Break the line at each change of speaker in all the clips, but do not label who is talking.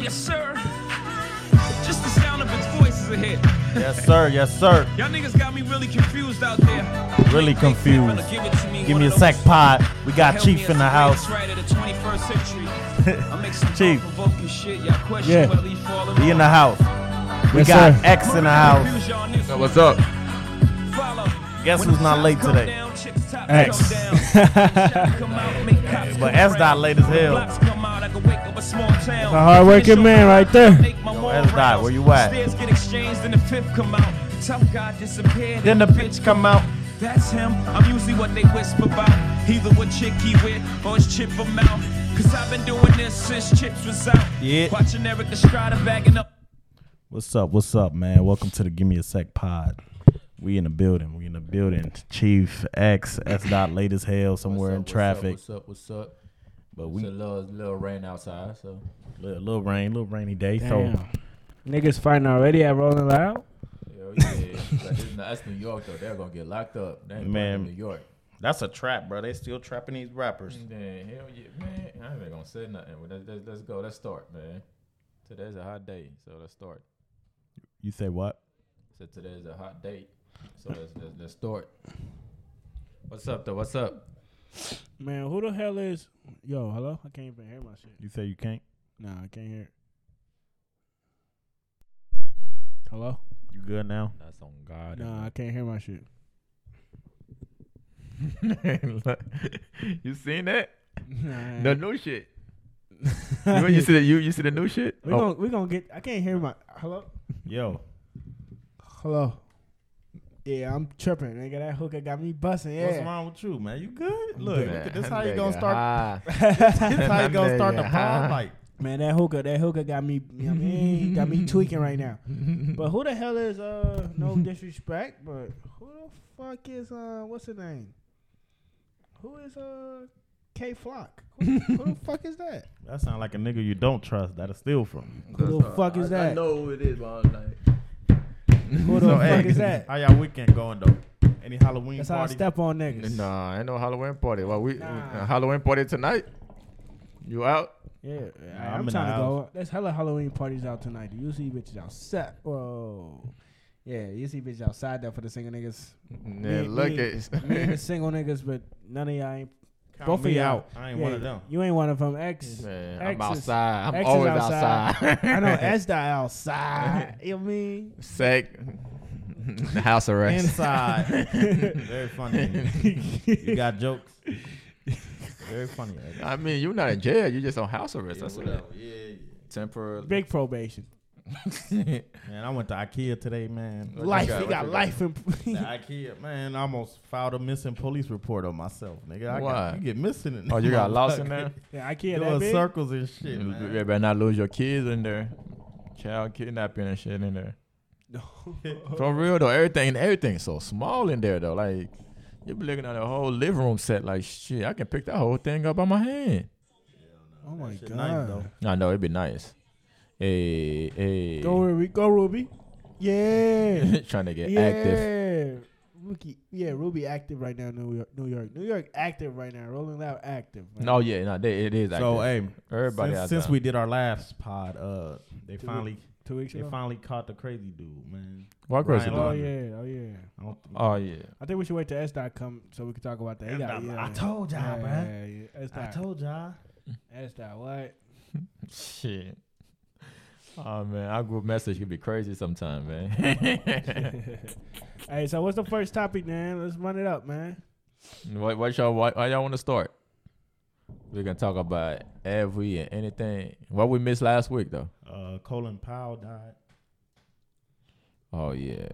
Yes, sir. Just the sound of its voice is a hit.
Yes, sir. Yes, sir.
Y'all niggas got me really confused out there.
Really confused.
Give it to me.
Give
one
me a
of
sec
those-
pod. We got
Help me
Chief in
as
the
a
house.
right of the 21st century. I make some
Chief.
thought-provoking shit. Y'all question
Yeah.
whether he falling
He in the
off.
house. We
Yes,
got
sir.
X in the house.
Confuse y'all niggas.
What's up?
Follow.
Guess
When
who's
the
not
top
late
come
today?
down, chicks top
X.
come down. Come out, make cops
But
come
X
around.
not late as hell.
Blocks come out, I can wake up a small town.
a hard-working man right there.
Make my
Yo,
more
X dot,
rounds.
where you at?
Stairs get exchanged, then the fifth come out. Tough guy disappeared.
Then the bitch come out.
That's him. I'm usually what they whisper about. Either what chick he with or his chip him out. Cause I've been doing this since Chips was out.
Yeah.
Watching Eric Estrada bagging up.
What's up? What's up, man? Welcome to the Give Me a Sec pod. We in the building. We in the building. Chief X S dot late as hell somewhere in traffic.
What's up? What's up?
But
It's
we
a little, little rain outside, so
little, little rain, little rainy day. So
Damn. Niggas fighting already at Rolling Loud.
Hell yeah. Like, this- that's New York though. They're gonna get locked up. They ain't playing
Man.
New York.
that's a trap, bro. They still trapping these rappers.
Man, hell yeah, man. I ain't gonna say nothing. Well, Let's, let's, let's go. Let's start, man. Today's a hot day, so let's start.
You say what?
So today's a hot day, so let's let's, let's start. What's up though? What's up?
Man, who the hell is? Yo, hello. I can't even hear my shit.
You say you can't?
Nah, I can't hear. it. Hello.
You good now?
That's on God.
Nah, I can't hear my shit.
you seen that?
Nah.
The new shit. You, you see the you you see the new shit?
we gon' we gonna get. I can't hear my. Hello.
Yo,
Hello. Yeah, I'm tripping, nigga. That hooker got me busting. Yeah.
what's wrong with you, man? You
Oh,
good? Look, look at this. How you
Nigga,
gonna start?
hi.
This how you gonna start the
Nigga,
pod?
hi.
Like,
Man, that hooker, that hooker got me, you know what I mean, got me tweaking right now. But who the hell is uh no disrespect, but who the fuck is uh what's the name? Who is uh K Flock? Who, who the fuck is that?
that sound like a nigga you don't trust. That'll steal from.
Who the fuck is
I
that?
know who it is, but I was like,
Who the fuck is that?
How y'all weekend going though? Any Halloween
That's how I
party?
step on niggas.
nah, ain't no Halloween party. Well, we
Nah.
uh, Halloween party tonight. You out?
Yeah,
Nah,
I'm,
I'm in
trying
the
to go. There's hella Halloween parties out tonight. You see bitches outside. Whoa. Yeah, you see bitches outside there for the single niggas.
Yeah,
Me-
look
me- Me and the
at
single niggas, but none of y'all ain't
Count
both
me
of y'all.
out. I ain't one of them.
You ain't one of them. X.
man.
X
I'm
is-
outside. I'm
X is
always
outside.
outside.
I know S die outside. You know what I mean?
Sack. House arrest.
Inside. Very funny. you got jokes. Very funny.
I mean, you're not in jail. You're just on house arrest. That's it.
yeah.
Temporary.
Big probation.
Man, I went to IKEA today, man.
What you
life.
got?
You
What
got
you got?
life in.
The IKEA, man, I almost filed a missing police report on myself, nigga. I
Why?
Got, you get missing in
oh, you got lost in there.
yeah, I can't.
Doing
That big.
circles and shit,
You
man.
better not lose your kids in there. Child kidnapping and shit in there. For real though, everything everything's so small in there though. Like you be looking at a whole living room set. Like shit, I can pick that whole thing up by my hand.
oh my
Shit
god.
nice, though.
I know it'd be nice. Hey, hey.
Go Ruby. Go Ruby. Yeah.
Trying to get
yeah.
active.
Rookie, yeah, Ruby active right now. in New York, New York, New York active right now. Rolling Loud active. man.
No, Oh, yeah, no, they, it is.
So,
active.
hey,
everybody
since,
out
since
there.
we did our last pod, uh, they
Dude.
finally
two weeks
they
ago.
finally caught the crazy dude, man.
Why crazy?
Ryan
Oh
though?
Laundrie.
yeah, oh yeah.
I don't think-
Oh yeah.
I think we should wait till S dot come so we can talk about that. He got-
I-
yeah,
I told y'all,
yeah,
bruh.
Yeah, yeah. S
I
dot.
told y'all.
S dot. What?
Shit. Oh man, our group message could be crazy sometime, man.
Hey, so what's the first topic, man? Let's run it up, man.
what, what y'all, why, why y'all want to start? We can talk about every and anything. What we missed last week though.
Uh, Colin Powell died.
Oh yeah,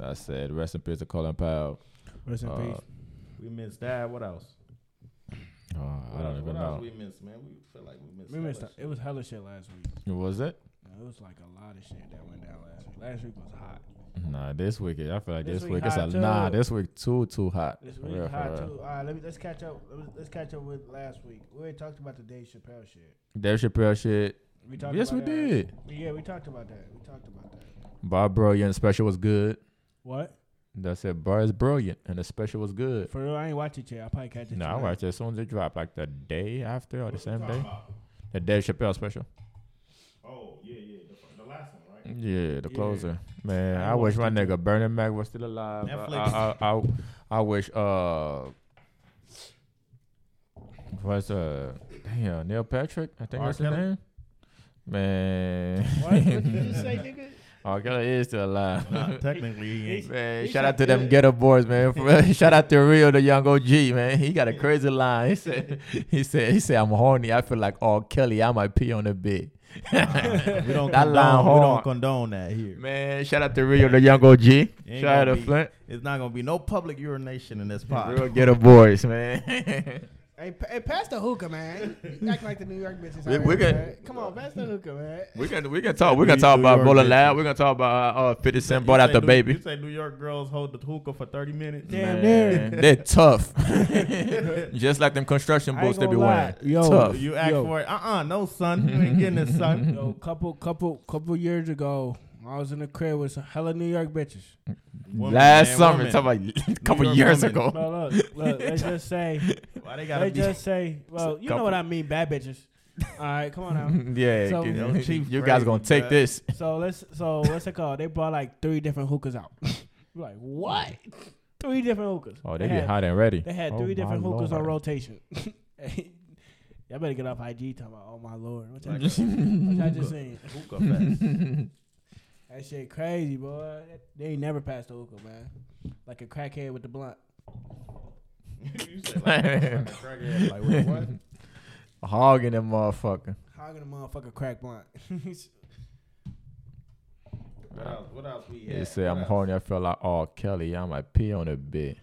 I said rest in peace to Colin Powell.
Rest in
Uh,
peace.
We missed that. What else?
Oh, I
What
don't
else-
even
what else
know.
we missed, man. We feel like we missed.
We
so
missed
much
it. was hella shit last week.
Was it?
It was like a lot of shit that went down last week. Last week was hot.
Nah, this week I feel like
This
this,
week
week, it's a
hot, too.
nah. This week too too hot.
This
For
week
real,
was
for
hot
real.
too. All right, let me let's catch up. Let's, let's catch up with last week. We already talked about the Dave Chappelle shit.
Dave Chappelle shit.
We talked.
yes, we
about that.
did.
Yeah, we talked about that. We talked about that.
Bob Brilliant special was good.
What?
That's it. Bar is brilliant, and the special was good.
For real, I ain't watch it yet. I probably catch it.
No, I
tonight.
watched it as soon as it dropped, like the day after or the same day. The Dave Chappelle special.
Oh, last one, right?
Yeah, the closer. Man, I, wish my nigga Bernie Mac was still alive. I- I, I, I, I wish uh was uh damn Neil Patrick, I think
R.
that's his
Kelly?
name. Man,
What, what did you say, nigga?
R. Kelly is still alive.
Not technically, he ain't.
Man,
He
shout out
shot
to them
good.
ghetto boys, man. For- shout out to Rio, the young OG, man. He got a crazy line. He said, he said, he said, I'm horny. I feel like R. Kelly. I might pee on the bed.
We don't
That
condone.
line
We
hard.
don't condone that here.
Man, shout out to Rio, the young OG.
Ain't
Shout out
gonna
to
be-
Flint.
It's not gonna be no public urination in this pod.
Real ghetto boys, man.
Hey, pa- hey, pass the hookah, man. You Act like the New York bitches.
We-
out
we
here,
can-
man. Come on, pass the hookah, man.
we can we can talk. We can
New-
talk
New
about
York
Rolling
bitches.
Loud. We can talk about uh, 50 Cent
You
bought
say
out the
New-
baby.
You say New York girls hold the hookah for thirty minutes.
Damn
Man,
near.
they're tough. Just like them construction
I ain't
boots they be
gonna lie.
wearing.
Yo,
tough.
You ask
Yo.
for it. Uh uh no son. You ain't getting it, son.
Yo, couple, couple, couple years ago, I was in the crib with some hella New York bitches.
Woman
Last
and
summer,
woman.
talk about a couple
York
years
woman.
ago.
Well, look, look, let's just say,
Why they gotta
let's
be?
just say, well, you know
couple.
what I mean, bad bitches. All right, come on now.
yeah,
So-
you know,
Yo, Chief
you guys
crazy,
gonna take
bruh.
this.
So let's, so what's it called? They brought like three different hookahs out. You're like what? Three different hookahs.
Oh, they, be
had,
hot Oh and ready.
They had
three
three different hookahs on rotation. Y'all better get off IG talking about, oh my lord, what y'all, just- what y'all just saying?
Hookah fest.
That shit crazy, boy. They ain't never passed the hookah, man. Like a crackhead with the blunt.
You said like, like a crackhead, like, wait, what?
Hogging them motherfucker.
Hogging a motherfucker crack blunt.
What else? What else we had?
They say
What
I'm
else?
horny. I feel like oh Kelly, I might pee on a bit.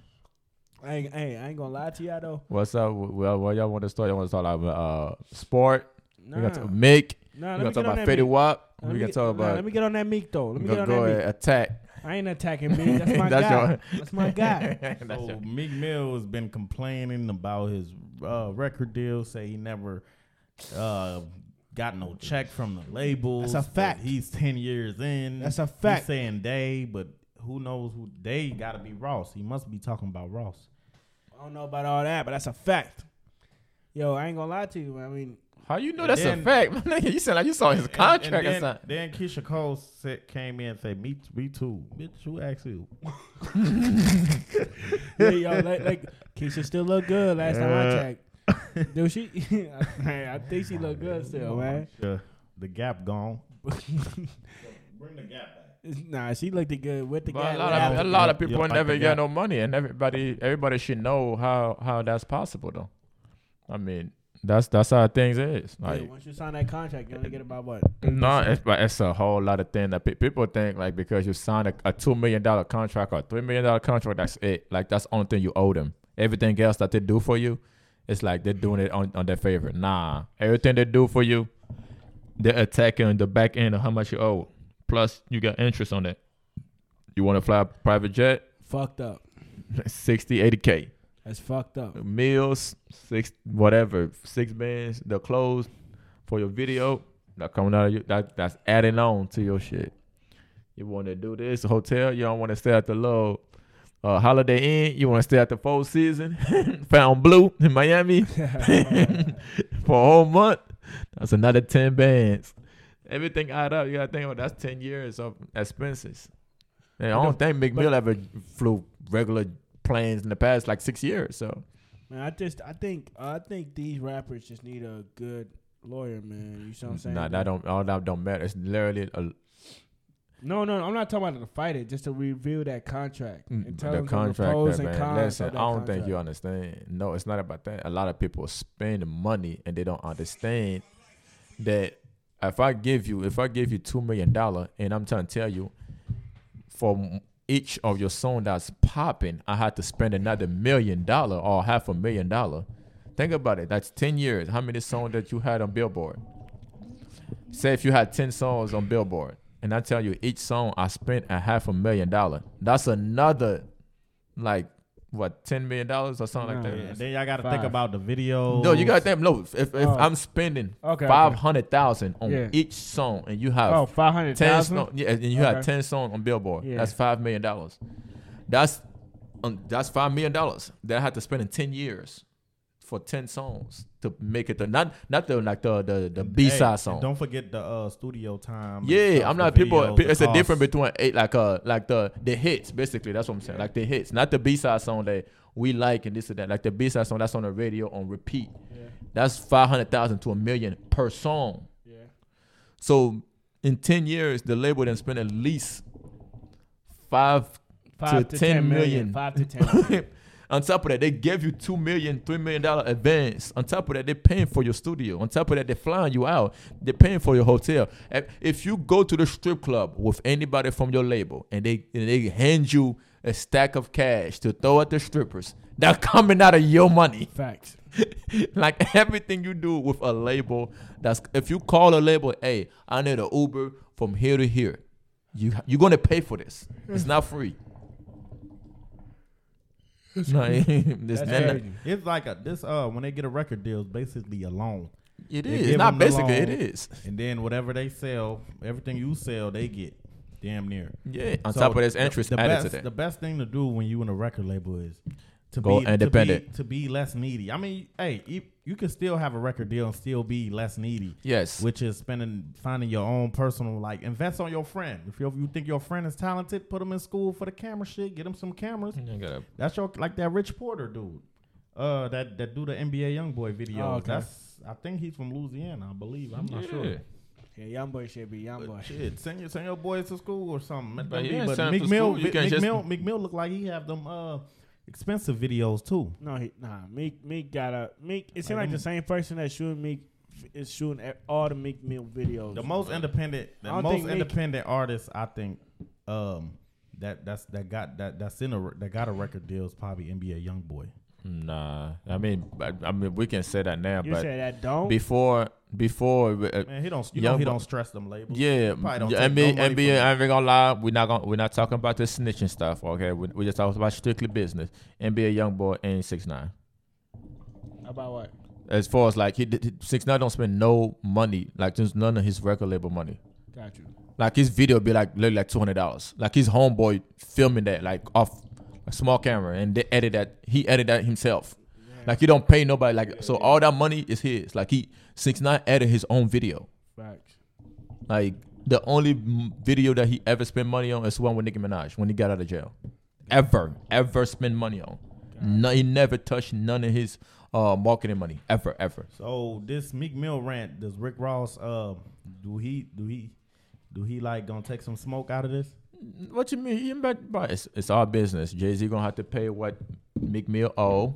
I ain't, I ain't, I ain't gonna lie to y'all though.
What's up? Well, what y'all want to start? Y'all want to talk about uh, sport?
Nah,
We gonna talk Mick.
nah let me
We gonna
get
talk
on
about
that
Fetty
meek.
Wap.
Nah, let
We
me
gonna
get-
talk
nah,
about.
Let me get on that meek though. Let
We
me get
gonna
on
go
that
and
meek.
attack.
I ain't attacking meek. That's my
That's
guy.
your-
That's my guy.
That's
So
your-
Meek Mill has been complaining about his uh, record deal. Say he never uh, got no check from the labels.
That's a
but
fact.
He's ten years in.
That's a
He's
fact.
saying they, but who knows who they? Got to be Ross. He must be talking about Ross.
I don't know about all that, but that's a fact. Yo, I ain't gonna lie to you. man. I mean,
How you know
And
that's a
then-
fact, my nigga? You sound like you saw his contract
and,
or
and
something.
then, then Keisha Cole said, came in and said, "Me, me too, bitch. Who asked you?
yeah, yo, like, like Keisha still look good last time I checked. Dude, she, I, I think she look good still, man.
The, the gap gone. Bring the gap back.
nah, she looked good with the
But
guy.
a lot of
yeah.
a lot of
Yeah,
people
like
never
the
get
gap.
no money, and everybody everybody should know how how that's possible though. I mean, that's that's how things is.
Yeah,
Like,
once you sign that contract, you only get about what?
no, it's, but it's a whole lot of things that pe- people think like because you signed a, a two million dollar contract or a three million dollar contract, that's it. Like that's the only thing you owe them. Everything else that they do for you, it's like they're doing it on, on their favor. Nah, everything they do for you, they're attacking the back end of how much you owe. Plus, you got interest on that. You want to fly a private jet?
Fucked up.
60, 80k.
That's fucked up.
Meals, six whatever, six bands, the clothes for your video. That coming out of you that that's adding on to your shit. You wanna do this hotel, you don't wanna stay at the little uh, holiday inn, you wanna stay at the four season, found blue in Miami for a whole month. That's another ten bands. Everything add up, you gotta think about that's ten years of expenses. And I don't think McMill ever flew regular planes in the past like six years, so
Man, I just I think I think these rappers just need a good lawyer, man. You see what I'm saying?
Nah, that don't all that don't matter. It's literally a,
No, no, I'm not talking about to fight it. Just to review that contract and tell
Mm, the
them the
contract
pros
that
and
man.
cons.
Listen, I
of that
don't think you
contract.
understand. No, it's not about that. A lot of people spend money and they don't understand that if I give you if I give you two million dollar and I'm trying to tell you for each of your song that's popping, I had to spend another million dollar or half a million dollar. Think about it. That's ten years. How many songs that you had on Billboard? Say if you had ten songs on Billboard, and I tell you each song I spent a half a million dollar. That's another, like what ten million dollars or something
Nah.
like
Yeah,
that.
then y'all got to think
Five.
about the video.
No, you got them. No, if, if
Oh.
I'm spending
Okay, okay.
five hundred thousand on
Yeah.
each song, and you have
Oh, five hundred
ten
thousand.
song, yeah, and you
Okay.
have ten songs on Billboard.
Yeah.
That's five million dollars. That's um, that's five million dollars that I had to spend in ten years for ten songs to make it the not not the like the the, the B side
Hey,
song.
Don't forget the uh, studio time. and
Yeah,
stuff,
I'm
the
not people.
videos,
pe-
the
It's a
costs.
difference between eight like uh like the the hits basically. That's what I'm saying. Like the hits, not the B side song that we like and this and that. Like the B side song that's on the radio on repeat. That's five hundred thousand to a million per song.
Yeah.
So in ten years, the label then spent at least five
Five
To
to,
10
ten million.
million.
Five to ten. million.
on top of that, they gave you two million, three million dollar advance. On top of that, they're paying for your studio. On top of that, they're flying you out. They're paying for your hotel. And If you go to the strip club with anybody from your label and they and they hand you a stack of cash to throw at the strippers, that's coming out of your money.
Facts.
like everything you do with a label, that's if you call a label, hey, I need an Uber from here to here. You you're gonna pay for this. It's not free. No, it's
That's
not-
crazy.
It's like a this uh when they get a record deal, it's basically a loan,
It
They
is
give them
not
the
basically. It
loan.
is.
and then whatever they sell, everything you sell, they get damn near.
Yeah. On
So
top of this, interest
the
added
best,
to that.
The best thing to do when you in a record label is to
Go
be
independent.
to be, to be less needy. I mean, hey, you, you can still have a record deal and still be less needy.
yes.
Which is spending, finding your own personal like invest on your friend. If you, you think your friend is talented, put him in school for the camera shit. Get him some cameras.
Mm-hmm.
That's your like that Rich Porter dude, uh, that that do the NBA YoungBoy videos.
Oh, okay.
That's I think he's from Louisiana, I believe. I'm not sure.
Yeah, young boy should be young boy.
Shit, send your send your boys to school or something. Let
But
them be.
yeah,
But
send 'em to
Meek Mill,
school. You
Vi-
can't
Meek
just-
Mill, Meek Mill look like he have them uh expensive videos too.
No, he, nah. Meek Meek got a Meek. It seemed
Like
like the
them-
same person that shooting Meek f- is shooting at all the Meek Mill videos.
The most independent,
I
the
don't
most
think Meek-
independent artists I think, um, that that's that got that that's in a re- that got a record deal is probably NBA YoungBoy.
Nah. I mean, I, I mean, we can say that now,
you
but
said that don't.
before, before, uh,
Man, he don't you know he
Youngboy-
don't stress them labels.
yeah,
probably don't
yeah,
take no
NBA,
money
NBA.
from
I ain't gonna lie. We're not gonna. We're not talking about the snitching stuff. Okay, we, we just talking about strictly business. NBA young boy and six nine.
About what?
As far as like he did, six nine don't spend no money. Like just none of his record label money.
Got you.
Like his video be like literally like two hundred dollars. Like his homeboy filming that like off a small camera and they edit that. He edit that himself. Like he don't pay nobody. Like so all that money is his. Like he six nine edit his own video.
Facts.
Like the only m- video that he ever spent money on is one with Nicki Minaj when he got out of jail. Ever, ever spend money on. No, he never touched none of his uh, marketing money ever, ever.
So this Meek Mill rant, does Rick Ross uh do he do he do he like gonna take some smoke out of this?
What you mean? You bet, but it's, it's our business. Jay Z gonna have to pay what Meek Mill owe,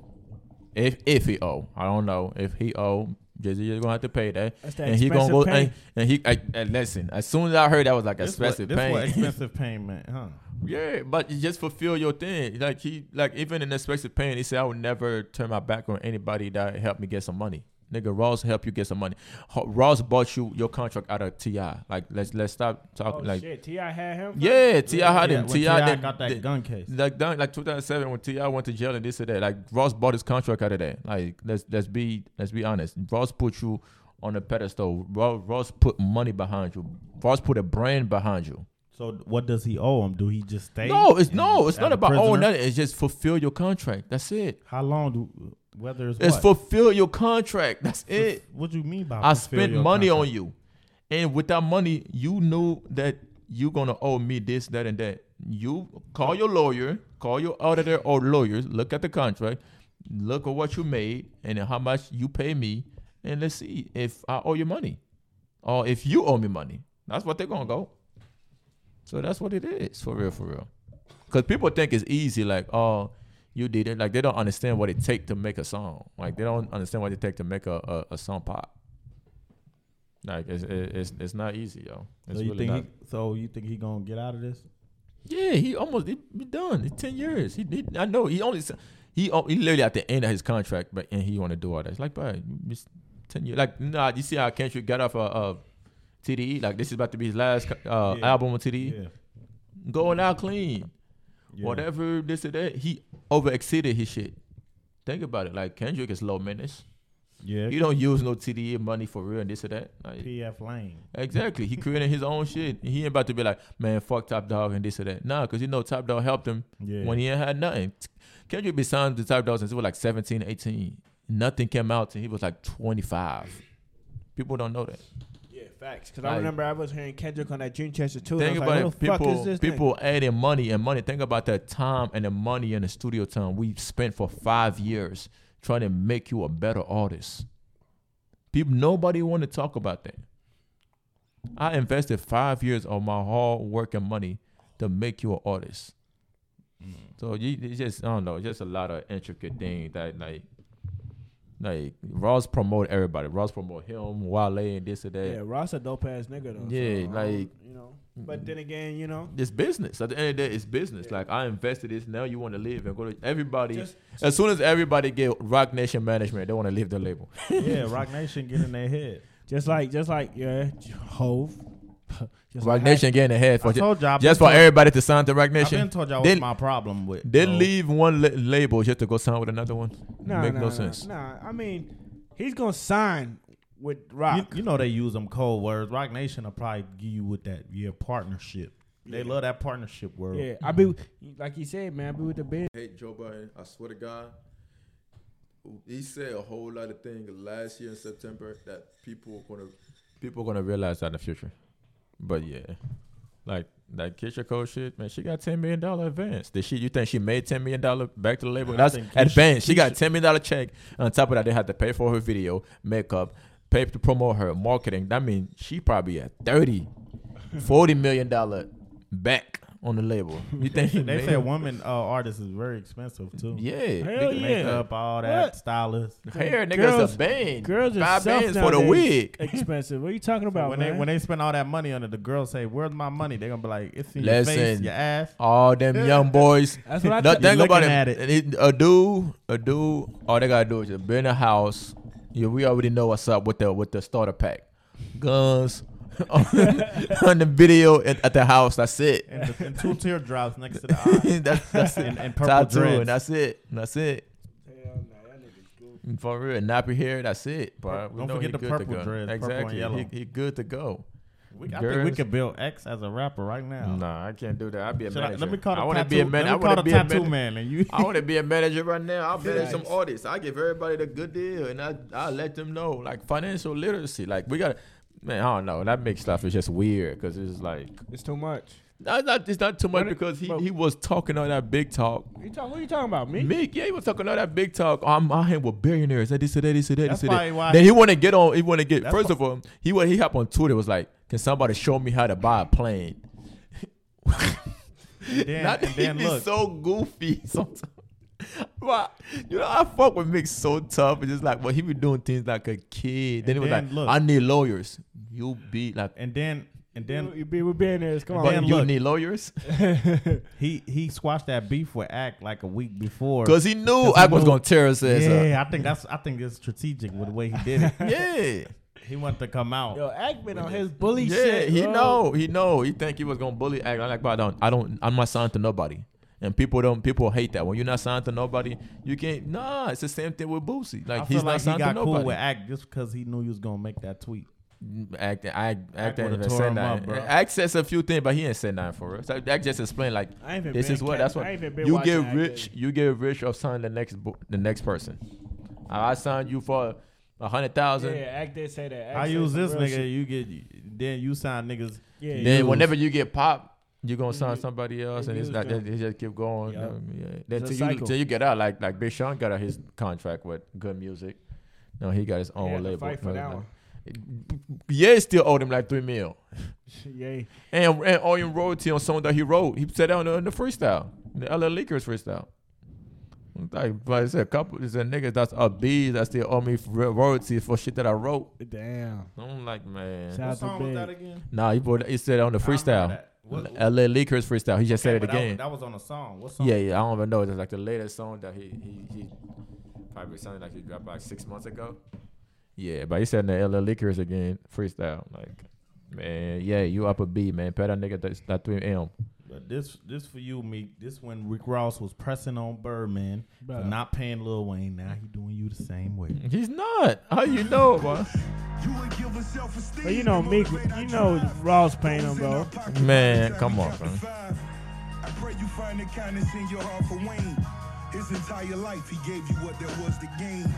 if if he owe. I don't know if he owe. Jay Z is gonna have to pay that,
That's that
and he gonna go
expensive
and, and he. I, and listen, as soon as I heard that I was like
This
expensive
what, This what
pain.
expensive payment, huh?
Yeah, but you just fulfill your thing. Like he, like even in expensive pain, he said, "I would never turn my back on anybody that helped me get some money." Nigga, Ross helped you get some money. Ho- Ross bought you your contract out of Ti. Like let's let's stop
Oh
talking. like
shit, Ti had him. first?
yeah, Ti had
Yeah,
him.
when
Ti
T.I.
then-
got that
then-
gun case.
Like done, like 2007 when Ti went to jail and this and that. Like Ross bought his contract out of that. Like let's let's be let's be honest. Ross put you on a pedestal. Ross, Ross put money behind you. Ross put a brand behind you.
So what does he owe him? Do he just stay?
No, it's
and-
no, it's
as
not
a
about owing
prisoner?
nothing. It's just fulfill your contract. That's it.
How long do whether it's
It's
what?
fulfill your contract. That's it.
What do you mean by
I spent money on you, and with that money, you knew that you gonna owe me this, that, and that. You call your lawyer, call your auditor or lawyers. Look at the contract, look at what you made, and how much you pay me, and let's see if I owe you money, or if you owe me money. That's what they're gonna go. So that's what it is for real, for real. Because people think it's easy, like, oh, you did it. Like they don't understand what it take to make a song. Like they don't understand what it take to make a, a, a song pop. Like it's it- it's it's not easy, yo. It's
So you
really
think
not.
he, so you think he gonna get out of this?
yeah, he almost he, he done. It's ten years. He did. I know. He only s- he o- he literally at the end of his contract, but and he want to do all that. It's like, bro, it's ten years. Like, nah. You see how Kendrick got off of uh, TDE? Like this is about to be his last co- uh,
Yeah.
album with TDE. Going out clean.
Yeah.
whatever this and that. He over exceeded his shit. Think about it. Like Kendrick is low minutes.
Yeah.
He don't use no TDE money for real and this and that. Like,
PF Lane.
exactly. He created his own shit. He ain't about to be like, man, fuck Top Dog and this and that. Nah, cause you know Top Dog helped him
Yeah.
when he ain't had nothing. Kendrick be signed to Top Dog since he was like 17, 18. nothing came out till he was like 25. People don't know that.
Yeah, facts. Because I
Like-
remember I was hearing Kendrick on that Dreamcatcher too. and
Think
I was
about
like,
it.
who the fuck is
People,
this
people adding money and money. Think about that time and the money and the studio time we spent for five years trying to make you a better artist. People, nobody want to talk about that. I invested five years of my hard work and money to make you an artist. So you it's just I don't know, just a lot of intricate things that like. Like Ross promote everybody. Ross promote him, Wale, and this and that.
thing? Yeah, Ross a dope ass nigga though. so,
Yeah,
um,
like-
you know. But then again, you know,
it's business. At the end of the day, it's business. Like I invested this. Now you want to live and go to everybody.
Just-
as soon as everybody get Rock Nation management, they want to leave the label.
yeah, Rock Nation get in their head.
just like, just like, yeah, Hove. just
Rock
like
Nation getting ahead
I
for just,
told y'all. I've
just
been
for
told-
everybody to sign to Rock
I've been
Nation.
told y'all
They-
what's my problem with.
They
so-
leave one la- label just to go sign with another one.
Nah,
Make
nah,
no
nah,
sense.
Nah, I mean, he's gonna sign with
You,
Rock.
you know they use them cold words. Rock Nation will probably give you with that your partnership. They love that partnership word.
yeah, I be
Mm-hmm.
like he said, man. I be with the band.
hate Joe Biden. I swear to God. He said a whole lot of things last year in September that people were gonna
People gonna realize that in the future. But yeah, like that Keisha Cole shit, man. She got ten million dollar advance. Did she? You think she made ten million dollar back to the label?
I
That's
think Keisha-
advance. She got
Keisha-
ten million dollar check. On top of that, they had to pay for her video, makeup, pay to promote her marketing. That means she probably at 30, 40 million dollar back on the label. You think she
They
made-
say woman uh, artists is very expensive too.
Yeah,
Hell
nigga,
yeah.
Makeup, all that,
What?
stylists.
hair niggas
Girls-
a band.
Girls are
Five
self
bands for the
nowadays
wig.
Expensive. What are you talking about,
when
man?
they when they spend all that money on it, the girls say, "Where's my money?" They're gonna be like, "It's in your face,
Listen.
your ass."
All them young boys.
That's what I
Now,
tell-
think
You're
about
looking
it.
at
It- A dude, a dude. All they gotta do is just be in a house. Yeah, we already know what's up with the with the starter pack, guns on, the video at, at the house. That's it.
And, the, and two teardrops next to the eye.
that's that's it.
and, and purple
Tattoo, and
dreads.
that's it. That's it.
Hell nah, that nigga's goofy.
For real, nappy hair. That's it. But we
Don't
know
forget
he
the
good
purple
to go.
dreads, purple and
Exactly.
yellow.
he, he good to go.
We, I think we
Girls.
could build X as a rapper right now.
Nah, I can't do that. I'd be a
Should I,
manager.
let me call the
I wanna
tattoo.
be a man. I
let me
want
call
to
the
be a
tattoo
man.
man. And you,
I want to be a manager right now. I'll manage some
Facts.
artists. I give everybody the good deal, and I I let them know like financial literacy. Like we got, man. I don't know. That makes stuff is just weird because it's like
It's too much.
that's not it's not too much
But it-
because he,
but-
he was talking all that big talk.
You talk, what are you talking about, me?
Mick, yeah, he was talking all that big talk. I'm out here with billionaires. That this, that this, that
That's
this,
probably
that.
why-
Then he want to get on. He want to get.
That's
First of all, he wa- he hop on Twitter was like, "Can somebody show me how to buy a plane?"
then,
Not
and
that he
then
be
look,
so goofy sometimes. But you know, I fuck with Mick so tough. It's just like, well, he be doing things like a kid. Then
And
it was
then,
like,
look.
I need lawyers. You be like,
and then and
Then
then
you be with billionaires. Come on.
but
then
you
look.
need lawyers
he he squashed that beef with Act like a week before.
because he knew
'Cause he
I was
knew-
gonna tear his ass up.
yeah, I think that's I think it's strategic with the way he did it.
Yeah,
he wanted to come out.
Yo, Ackman on his bully
yeah.
shit.
he
bro.
know. He know. He think he was gonna bully. Act I'm like, but I don't. I don't. I'm not signed to nobody. And people don't. People hate that when you're not signed to nobody. You can't. Nah, it's the same thing with Boosie.
I
Like
feel
he's not
like he
signed
got
to
cool
nobody.
with Act just because he knew he was gonna make that tweet.
Act, I
would've
act ain't even
tore
said
him up,
nothing.
bro.
Act says a few things, but he ain't said nothing for us. Act just explained like
I ain't even
this
been
is
cat-
what that's
I
what
ain't even been
you
watching
get
Act
rich.
lately.
You get rich of signing the next bo- the next person. I signed you for a hundred thousand.
Yeah, Act did say that. Act
I
said
use
some
this
real
nigga,
shit.
you get then you sign niggas.
Yeah,
Then
Use.
whenever you get popped, you gonna sign
Use.
somebody else, and it's
Use
like
them.
they just keep going.
Yup.
um, yeah. Then
It's a
till you
cycle.
till you get out, like like Big Sean got out his contract with Good Music. No, he got his
He
own
had to
label.
fight for
No,
that
no.
one.
Yeah, he still owed him like three mil.
Yay.
and and all in royalty on song that he wrote. He said that on the, on the freestyle, the LL Leakers freestyle. Like, but it's a couple, it's a nigga that's a B that still owe me ro- royalties for shit that I wrote.
Damn.
I'm like, man,
Shout out to Big.
again?
nah, he brought, he said it on the freestyle, LL Leakers freestyle. He just said it again.
That was on a song. What song?
Yeah, yeah, I don't even know. It's like the latest song that he he, he probably sounded like he dropped like six months ago. Yeah, but he said in the LL Liquors again freestyle. Like, man, yeah, you up a B, man. Pay that nigga that, that three M.
But this this for you, Meek. This when Rick Ross was pressing on Birdman for
Bruh.
not paying Lil Wayne. Now he doing you the same way.
He's not. How you know, bro?
But you know, Meek, you know Ross paying him, bro.
Man, come on, bro.
I pray you find the kindness in your heart for Wayne. His entire life, he gave you what there was to gain.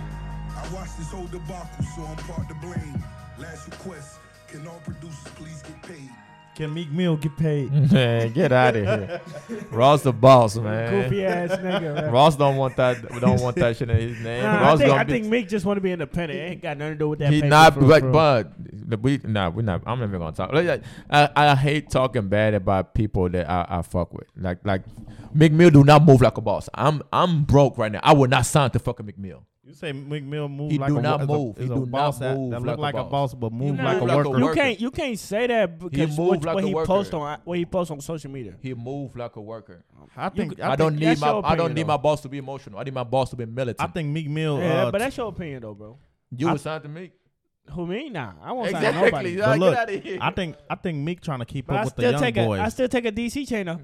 I watched this whole debacle, so I'm part to blame. Last request, can all producers please get paid?
Can Meek Mill get paid?
Man, get out of here. Ross the boss, man.
Goofy ass nigga. man.
Ross don't want that. Don't want that shit in his name.
Nah, I,
Ross
think,
gonna
I
be-
think Meek just want to be independent. It ain't got nothing to do with that.
He
paper
not
for-
but,
for-
but the- we nah we not. I'm not even gonna talk. Like, I, I hate talking bad about people that I, I fuck with. Like like McMill do not move like a boss. I'm I'm broke right now. I would not sign to fucking McMill.
You say Meek Mill move
He
like
do
a,
not
is
move.
A,
He
is a
do not
boss that,
move
that
like
look
a
like a boss,
boss.
but move
not
like a
like a
worker.
you
worker.
can't you can't say that because
move
what,
like
what
a
he
worker.
post on what he posts on social media.
He move like a worker.
I think
I,
I,
don't
think-
need
that's
my
your
I don't
opinion,
need
though.
my boss to be emotional. I need my boss to be militant.
I think Meek Mill.
yeah,
uh,
but that's your opinion though, bro.
you
I-
would sign to me.
Who me? Nah, I won't sign nobody.
Exactly. Like,
look,
get out of here.
I think I think Meek trying to keep
But
up
I
with the
still
young
take
boys.
a I still take a DC chain though.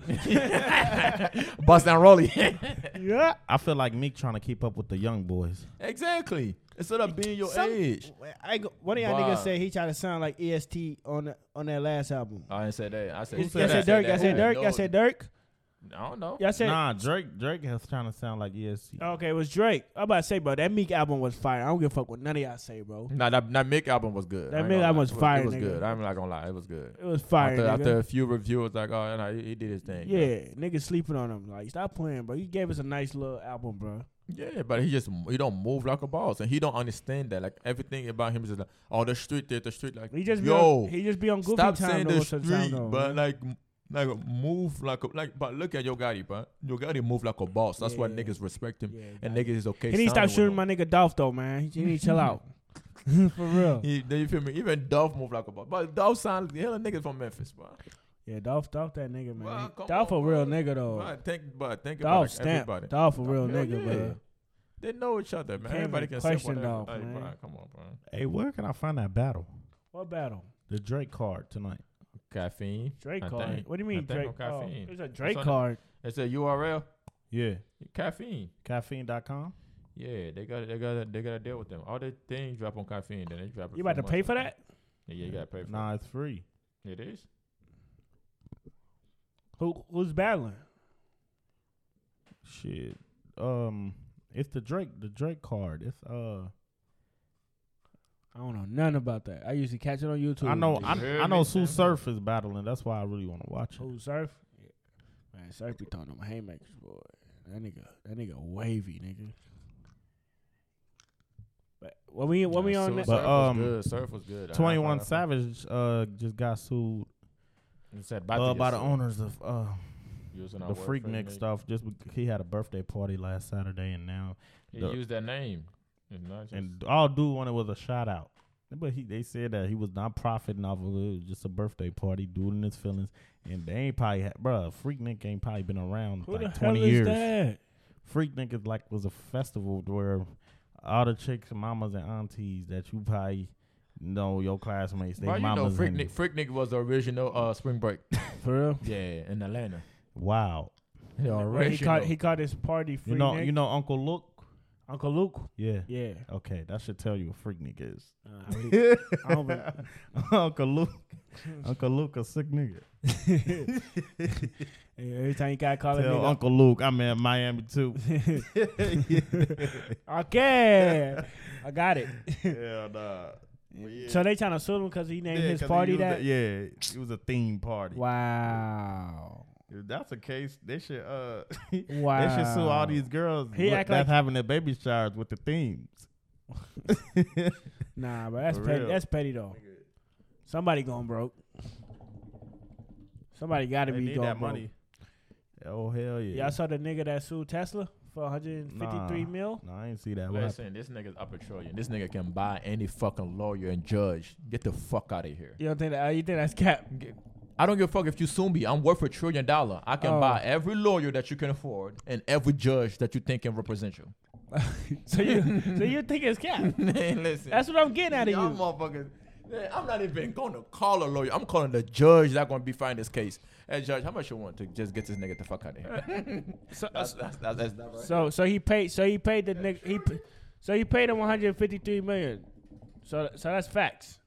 Bust and Rolly.
yeah.
I feel like Meek trying to keep up with the young boys.
exactly. Instead of being your
Some-
age.
I go, one of y'all
Wow.
niggas say he tried to sound like EST on the, on that last album.
I didn't say that. I said,
Y'all said Dirk. Y'all said Dirk. Y'all said Dirk.
I don't know.
Y'all said
Nah, Drake Drake has trying to sound like
E
ESC.
okay. It was Drake. I'm about to say, bro, that Meek album was fire. I don't give a fuck what none of y'all say, bro.
Nah, that, that Mick album was good.
That
I ain't
Mick
gonna
album
lie.
was
It
fire,
It was
nigga.
good. I'm not gonna lie, it was good.
It was fire.
after,
nigga.
after a few reviewers, like, oh, nah, he, he did his thing.
yeah, niggas sleeping on him. Like, stop playing, bro. You gave us a nice little album, bro.
yeah, but he just he don't move like a boss, and he don't understand that. Like everything about him is just like, oh, the street, did the street, like,
He just be
yo,
on, he just be on goofy
stop
time
saying
though,
the
most of the time,
street,
though, man.
but like m- like move like a, like but look at Yo Gotti, but Yo Gotti move like a boss. That's
Yeah,
why
yeah.
niggas respect him
Yeah,
and
Gotti.
niggas is okay.
He need to stop
signing with
shooting
him.
my nigga Dolph though, man. He need to chill out. For real.
He, do you feel me? Even Dolph move like a boss, but Dolph sound hella niggas from Memphis, bro.
Yeah, Dolph, Dolph that nigga, man.
Well, come
Dolph a
on,
real
bro.
nigga though.
But think, but think about
Oh. Dolph
like,
stamp.
everybody.
Dolph a real
Hell
nigga,
yeah.
bro.
They know each other, man.
Can't
Everybody
even
can say
question
whatever.
Dolph,
Like,
man.
bro, come on, bro.
Hey, where can I find that battle?
What battle?
The Drake card tonight.
Caffeine.
Drake
I
card.
think-
What do you
I
mean
think
Drake?
on caffeine.
Oh, it's a Drake
on it.
card.
It's a URL.
Yeah.
Caffeine.
Caffeine.com.
Yeah, they got they got they got to deal with them. All their things drop on caffeine. Then they drop. it
You about
for
to pay
months.
for that?
Yeah, you got to pay for
Nah, it's free.
it. It is.
Who who's battling?
Shit. Um, it's the Drake the Drake card. It's uh.
I don't know nothing about that. I usually catch it on YouTube.
I know I,
You hear
I know
me?
Sue Surf is battling. That's why I really want to watch it.
Who surf? Yeah. Man, surf be throwing them haymakers, boy. That nigga, that nigga wavy, nigga. But when we when we
Nah,
on
Sur-
that,
But,
surf was
um,
good. surf was good. I- I
Twenty One
found out-
Savage uh just got sued
You said about
uh,
to
by
get
the
sued.
owners of uh
Using our
the
word
Freak
for
Nick
nigga.
stuff. Just bec- he had a birthday party last Saturday and now
He
The-
used that name. It's not just
and all dude wanted was a shout out. But he they said that he was not profiting off of it. It was just a birthday party, dude in his feelings. And they ain't probably had, bruh, Freak Nick ain't probably been around
who
like
the hell
twenty
is
years.
that?
Freak Nick is like was a festival where all the chicks, mamas and aunties that you probably know your classmates, they
Bro, you
mamas
know, Freak
and
Nick, Freak Nick was the original uh, Spring Break.
For real?
yeah, in Atlanta.
wow.
The
Well, he caught
original.
he caught his party free.
You know,
Nick.
you know Uncle Luke.
Uncle Luke.
Yeah.
Yeah.
Okay, that should tell you what Freak Nick is.
Uh, I really- I don't really-
Uncle Luke, Uncle Luke, a sick nigga.
Yeah, every time you gotta call a
Tell
nigga.
Uncle Luke I'm in Miami too.
Okay, I got it.
Hell nah. But yeah.
So they trying to sue him because he named
Yeah,
his
'cause
party
it was
that.
a- yeah, it was a theme party.
Wow.
If that's the case, they should uh,
Wow.
they should sue all these girls
He
wh-
act
that's
like-
having their baby showers with the themes.
Nah, but that's
For
petty.
real.
That's petty though. Somebody going broke. Somebody got to
They
be
need
going
that
broke.
money. Oh hell yeah!
Y'all saw the nigga that sued Tesla for 153
Nah.
mil.
no, I ain't see that. What happened?
Listen, this nigga's a petroleum. This nigga can buy any fucking lawyer and judge. Get the fuck out of here.
You don't think that? uh, You think that's cap?
I don't give a fuck if you sue me. I'm worth a trillion dollar. I can
Oh.
buy every lawyer that you can afford and every judge that you think can represent you.
so you, so you think it's cap?
Man, listen.
That's what I'm getting out of
y'all
you.
motherfuckers. Man, I'm not even going to call a lawyer. I'm calling the judge that's going to be fighting this case. Hey, judge, how much you want to just get this nigga the fuck out of here? that's, that's, that's, that's,
So so he paid. So he paid the nigga. He, p- so he paid him 153 million. So so that's facts.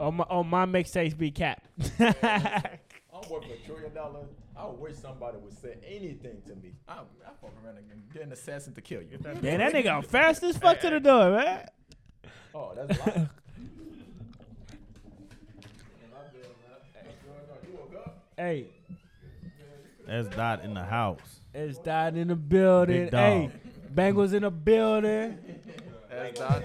Oh my, oh my mixtapes be cap.
I I'm worth a trillion dollars. I wish somebody would say anything to me. I'm, I'm fucking around and get an assassin to kill you.
Damn, that nigga fast as fuck to the door, man.
Oh, that's life.
Hey,
That's Dot in the house.
it's died in the building.
Big dog.
Hey, Bengals in the building.
That's not.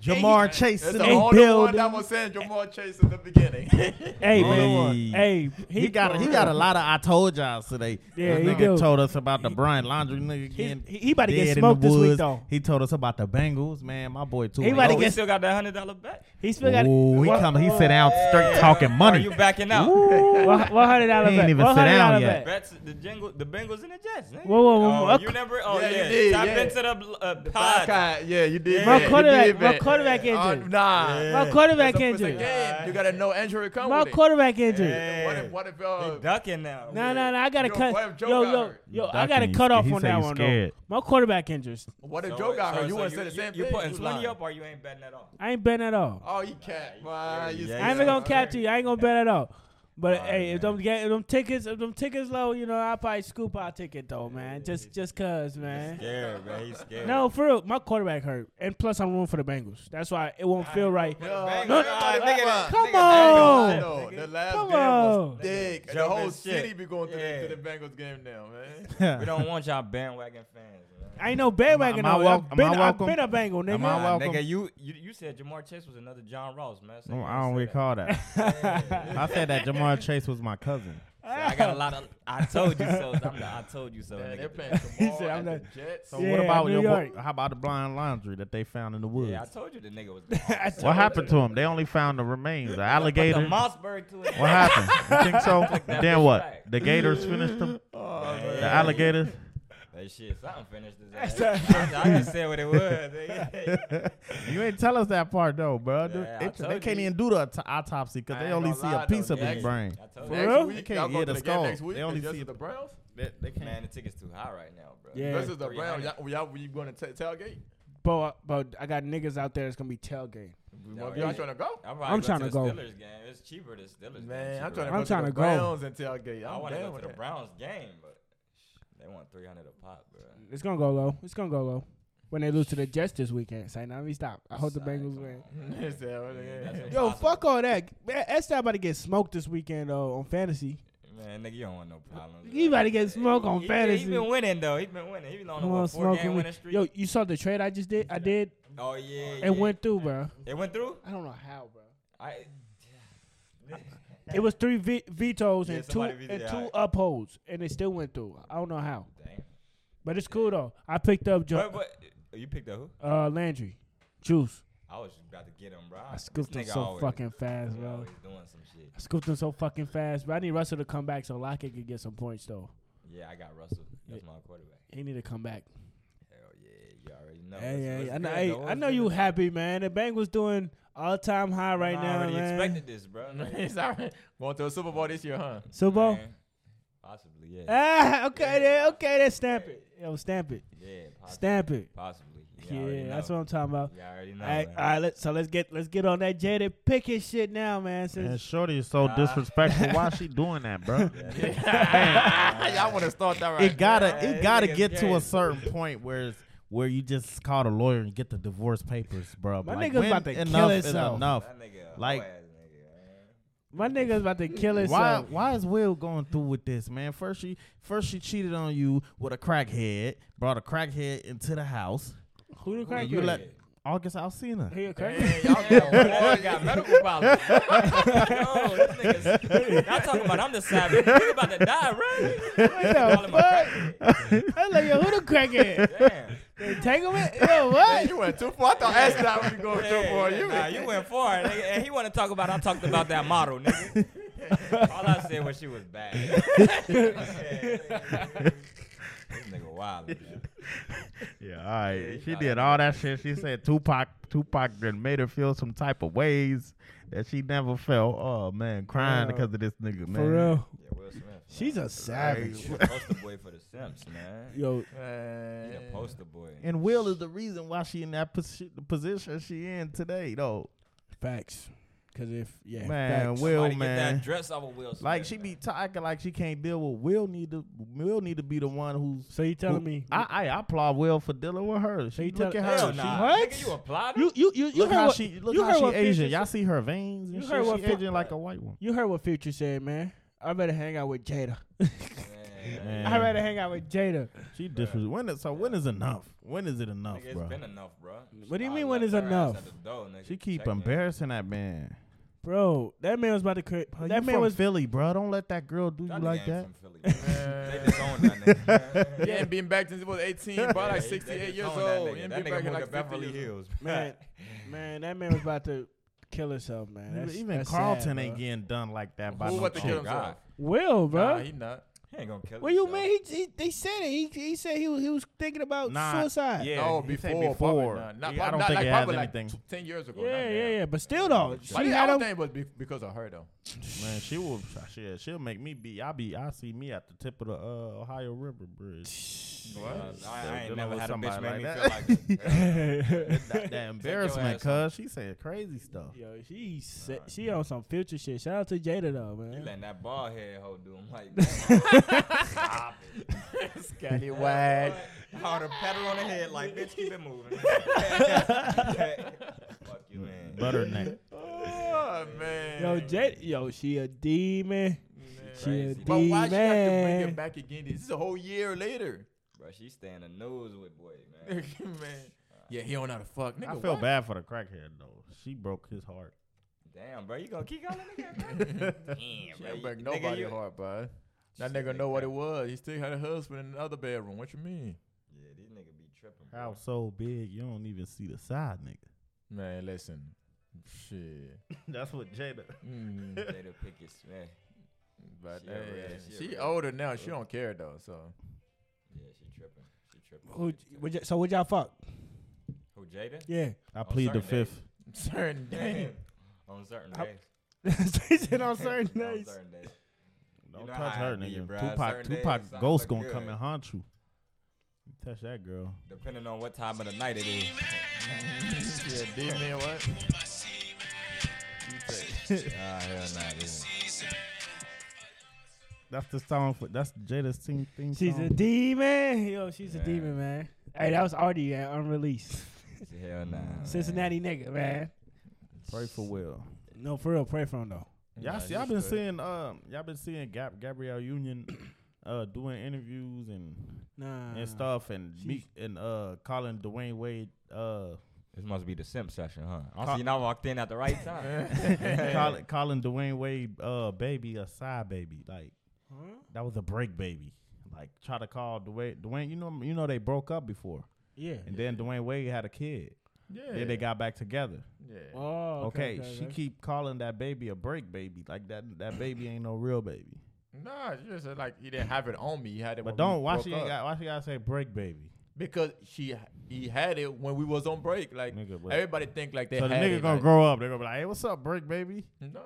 Jamar Chase
That's
in
the
the
only one
building.
that was saying Jamar Chase in the beginning.
Hey, man.
Hey.
Hey,
He got he got a lot of I told y'all today.
Yeah,
this
he
nigga
do.
told us about the Brian Laundry nigga getting
he- he about to get
dead in the
smoked this week,
woods.
though.
He told us about the Bengals, man. My boy too.
He about to
Oh,
get-
we still got that hundred dollar bet.
He still got.
Ooh, he
What-
come. He sit down straight talking
Are
money.
you backing out?
What what hundred dollar
He
bet?
ain't even
What
sit
hundred
down
dollar
yet.
bet?
Bets the jingle, the Bengals and the Jets. nigga.
Whoa, whoa, whoa,
Oh,
whoa.
you remember? Oh
Yeah,
yeah,
you did,
Tap
yeah.
into the uh, pod.
Podcast, yeah, you did.
My
that. You
quarterback-
did
my
that.
quarterback injury.
Uh, nah,
My quarterback
That's the first
injury.
game. You gotta know injury come
My
with it.
quarterback injury.
What if what if uh,
They ducking now.
No, no, no. I gotta
Yo, what if
cut.
Joe
Yo,
got
yo,
hurt?
yo.
Doc
I gotta
ain't
cut
sca-
off
he
on
say
that
he
one
scared.
though. My quarterback injuries.
what if
So,
Joe got
so-
her? You
so
wouldn't say the same
you,
thing.
You putting twenty
lying.
up, or you ain't betting at all.
I ain't betting at all.
Oh, you cat. Wow, you
yeah,
I
scared.
ain't even gonna cap to you. I ain't gonna bet at all. But
All
hey, if
right, man.
them get if them tickets if them tickets low, you know I probably scoop our ticket though, man. Just just cause, man.
Scared, man. He's scared.
No, for real, my quarterback hurt, and plus I'm rooting for the Bengals. That's why it won't feel right.
No,
Bang,
no,
bang,
no,
bang,
nigga,
bang,
Come
I
on.
ain't gonna lie, though. The last
Oh, Come
game was
on.
thick. and The
Jumping
whole
shit.
city be going to
Yeah.
the to the Bengals game now, man.
We don't want y'all bandwagon fans. Man.
I ain't no
Am
bandwagon.
I
though.
wel-
I've
am
been,
I
I've
welcome?
been a Bengal,
Am
nigga.
I
Nah,
welcome?
nigga, you, you you said Jamar Chase was another John Ross, man. So
No,
you
Oh, I don't
say that.
recall that. I said that Jamar Chase was my cousin.
So I got a lot of I told you so. I'm the I told you so.
Man,
nigga.
They're playing
He said, I'm
tomorrow at the
not-
Jets.
So
Yeah,
what about
New
your
York.
boy, how about the blind laundry that they found in the woods?
Yeah, I told you the nigga was. gone.
what happened to him? They only found the remains, the alligator.
Put the Mossberg to it.
what happened? You think so?
that
then what?
respect.
The gators finished them.
Oh, man.
the alligators.
That shit, something finished this. ass. I, I just said what it was. nigga.
you ain't tell us that part though, bro. Dude,
Yeah, I
it-
told
they can't
you.
even do the auto- autopsy because
I
they
ain't
only
gonna
see
lie,
a
though,
piece of
the
his
ex-
brain.
I told
Next
you.
real?
week,
They can't
y'all
hear
go to
the
the game
skull.
next week.
They only
the Jets
see
is
the-
the Browns.
They, they can't.
Man, the ticket's too high right now, bro.
Yeah.
This is the
300.
Browns. Y'all, y'all, you going to tailgate?
But but I got niggas out there that's gonna be tailgating.
Y'all
yeah.
trying to go?
I'm,
I'm tryna
to
go.
The Steelers game. It's cheaper to Steelers.
Man,
game.
I'm trying to
I'm
go to
tryna
the
go.
Browns and tailgate.
I
I'm
want to
down
go
with
to the
that.
Browns game, but they want 300 a pop, bro.
It's gonna go low. It's gonna go low. When they lose to the Jets this weekend, say now let me stop. I hope the
Sorry,
Bengals
come
win.
on, man.
It's all right,
That's
yeah.
impossible.
Yo, fuck all that. Man, That's not about to get smoked this weekend though on fantasy.
Man, nigga, you don't want no problems.
You about to get smoked on
He-
fantasy.
He, he been winning though. He been winning. He been on a
Come on,
what, four
smoking
game
weed.
winning streak.
Yo, you saw the trade I just did? I did.
oh yeah,
It
yeah.
went through, bro.
It went through.
I don't know how, bro.
I.
It was three ve- vetoes
Yeah,
and two
somebody vetoed
and
it,
two
alright.
upholds, and it still went through. I don't know how,
Damn.
but it's cool though. I picked up
But, oh,
jo-
you picked up who?
uh, Landry, Juice.
I was about to get him, bro.
I scooped him
This nigga
so
always-
fucking fast,
he
bro.
Always doing some shit.
I scooped him so fucking fast, but I need Russell to come back so Lockett could get some points though.
Yeah, I got Russell. That's my quarterback.
He need to come back.
Hell yeah, you already know.
hey,
It's-
hey,
it's
I know,
good,
hey,
though.
I
It's
know
good.
you happy, man. The Bengals doing all time high right
I
now,
already
man.
expected this, bro. Like,
It's all right. Going to a Super Bowl this year, huh?
Super Bowl.
man, Possibly, yeah.
Ah, okay, then, okay, then stamp it. Yo, stamp it,
Yeah, possibly.
stamp it.
possibly. You
Yeah,
already
that's
know.
what I'm talking about.
You already know.
All right,
man.
all right. Let's, so let's get let's get on that Jaded Pickett shit now, man. Since
Man, Shorty is so
Ah.
disrespectful. Why she doing that, bro?
Y'all want to start that right?
it gotta
Yeah,
it gotta
nigga's
get to
gay.
a certain point where it's, where you just call the lawyer and get the divorce papers, bro.
My
like,
nigga's
when
about to kill
enough is
himself.
enough.
That nigga, a
Like-
hoe ass nigga, man.
my nigga's about to kill
Why
himself.
why is Will going through with this, man? First she first she cheated on you with a crackhead, brought a crackhead into the house.
Who the
and
crack?
you let August Alcina.
He a crack?
Man, y'all got, y'all got medical problems.
Yo, this nigga's. Y'all talking about I'm the savage. Nigga about to die, right?
What
Call
the
him a
fuck?
crackhead.
I'm like, yo, who the crack is?
Damn.
They Tangle it? Yo,
Man,
what?
you went too far. I thought Ashton I was going too
Yeah,
far.
yeah,
You,
nah, you went far, nigga. And he want to talk about I talked about that model, nigga. All I said was she was bad. this nigga wild. Man.
Yeah, all right.
Yeah,
she
nah,
did
that
all that shit. She said Tupac Tupac then made her feel some type of ways that she never felt. Oh man, crying
Wow.
because of this nigga, man.
For real,
Yeah, Will Smith.
she's a savage.
She's a poster boy for the Simps, man.
Yo,
He a
man.
poster boy.
And Will is the reason why she in that posi- position she in today, though.
facts. Cause if yeah,
man,
facts.
Will,
Somebody get
man.
that dress off of Will. Smith,
Like she be talking like she can't deal with Will. Need to Will need to be the one who's.
So you telling me
I, I applaud Will for dealing with her. She
tell-
look at her.
Hell
she,
nah.
What?
Nigga, you applied?
you you you, you
look
heard
how
what,
she look
you
how
heard
she
what
Asian.
Future
Y'all
said-
see her veins and
You
shit.
heard what
she
Fif-
Asian like a white one.
You heard what Future said, man. I'd rather hang out with Jada.
Man,
Man,
I'd rather hang out with Jada.
she disres- when is so when is enough? When is it enough,
nigga, it's
bro?
been enough, bro.
What do you
I
mean when it's
left her ass
enough?
at the door, nigga.
She keep
Check in.
embarrassing that man.
Bro, that man was about to create.
Bro,
that
you
man
from
was.
Philly, bro. Don't let that girl do you
Y'all
like
niggas
that.
ain't from Philly, bro. They disown that nigga.
He ain't been back since he was 18, bro.
Yeah,
Like
he- they
68 years
disown that
old.
nigga.
He ain't been
That nigga
back in
moved
like
to Beverly
50 years.
Hills.
Man, man, that man was about to kill himself, man. That's,
Even
that's
Carlton
sad,
ain't
bro.
getting done like that by
Who
no
about to
chick.
kill
Oh, God.
himself?
Will, bro.
Nah, he not.
He ain't gonna kill
what you
himself.
mean? He, he they said it. He, he said he was, he was thinking about
Nah,
suicide.
Yeah,
no,
he said
before.
before.
Probably not. Not,
Yeah, I
probably
don't
not
think
like,
it has
probably like
anything.
t- 10 years ago.
yeah,
not
yeah,
now.
yeah. But still though, she
But I
had
don't
him.
think it was be- because of her, though.
Man, she will. She, she'll make me be. I be. I see me at the tip of the uh, Ohio River Bridge.
Uh, I, I ain't
Dealing
never
with
had a bitch
somebody
make
like
me feel like that.
that, that embarrassment,
ass home.
cuz she said crazy stuff.
Yo, she said, she on some future shit. Shout out to Jada though,
You
man.
letting that bald head hoe do him like
Scallywag.
How to pat her on the head like, bitch, keep it moving. Fuck you, man.
Butterneck.
Oh, man.
Yo, Jada, yo, she a demon. She a
Crazy.
demon.
But why she have to bring it back again? This is a whole year later.
Bro, she staying the news with boy, man.
man. Yeah, he don't know how to fuck. Nigga,
I feel
what?
bad for the crackhead though. She broke his heart.
Damn, bro, you gonna keep calling nigga? bro? Damn,
She
bro.
ain't break
you-
nobody
you-
heart, bro. That
Shit
nigga
like
know what
that.
it was. He still had a husband in the other bedroom. What you mean?
Yeah, these niggas be tripping. bro.
How so big? You don't even see the side, nigga.
Man, listen. Shit.
That's what Jada.
Mm,
Jada Pickett, man.
but
She a
hey,
real- she a
she
real-
older now.
Oh.
She don't care though. So
Yeah, she tripping. She tripping.
Who, would y- so would y'all fuck?
Who, Jada?
Yeah.
I
On
plead the
certain
fifth.
certain day.
On certain
How-
days.
she said on certain
On
days.
certain days.
Don't
know
touch
how I
her,
be,
nigga.
bruh.
Tupac,
Certain days,
Tupac
something
ghost
look
gonna
good.
come and haunt you. You touch that girl.
Depending on what time of the night it is.
Yeah, D man, what?
Ah, hell nah, this one.
That's the song for. That's Jada's team theme
She's
song.
a demon. Yo, she's a
Yeah.
demon, man. Hey, that was already uh, unreleased.
Hell nah. man.
Cincinnati nigga, man.
Pray for Will.
No, for real, pray for him though.
Y'all,
Nah,
see, y'all
she's
been
good.
seeing um, y'all been seeing Gab Gabrielle Union, uh, doing interviews and
Nah.
and stuff, and
she's-
me and uh, calling Dwayne Wade, uh,
This must be the simp session, huh?
Ca-
I see, now I walked in at the right time.
calling calling Dwayne Wade, uh, baby a side baby, like that was a break baby. Like try to call Dwayne, Dwayne, you know, you know they broke up before,
Yeah.
and then Dwayne Wade had a kid.
Yeah.
Then they got back together.
Yeah.
Oh,
Okay,
okay.
she keep calling that baby a break baby, like that. That baby ain't no real baby.
Nah, she just said, like he didn't have it on me. He had
But
it. when we
don't why
broke
she
up.
ain't got why she gotta say break baby.
because she he had it when we was on break. Like
Nigga, what?
everybody think like they
so the
had
nigga
it.
gonna
like,
grow up. They're gonna be like, "Hey, what's up, break baby?"
Nah.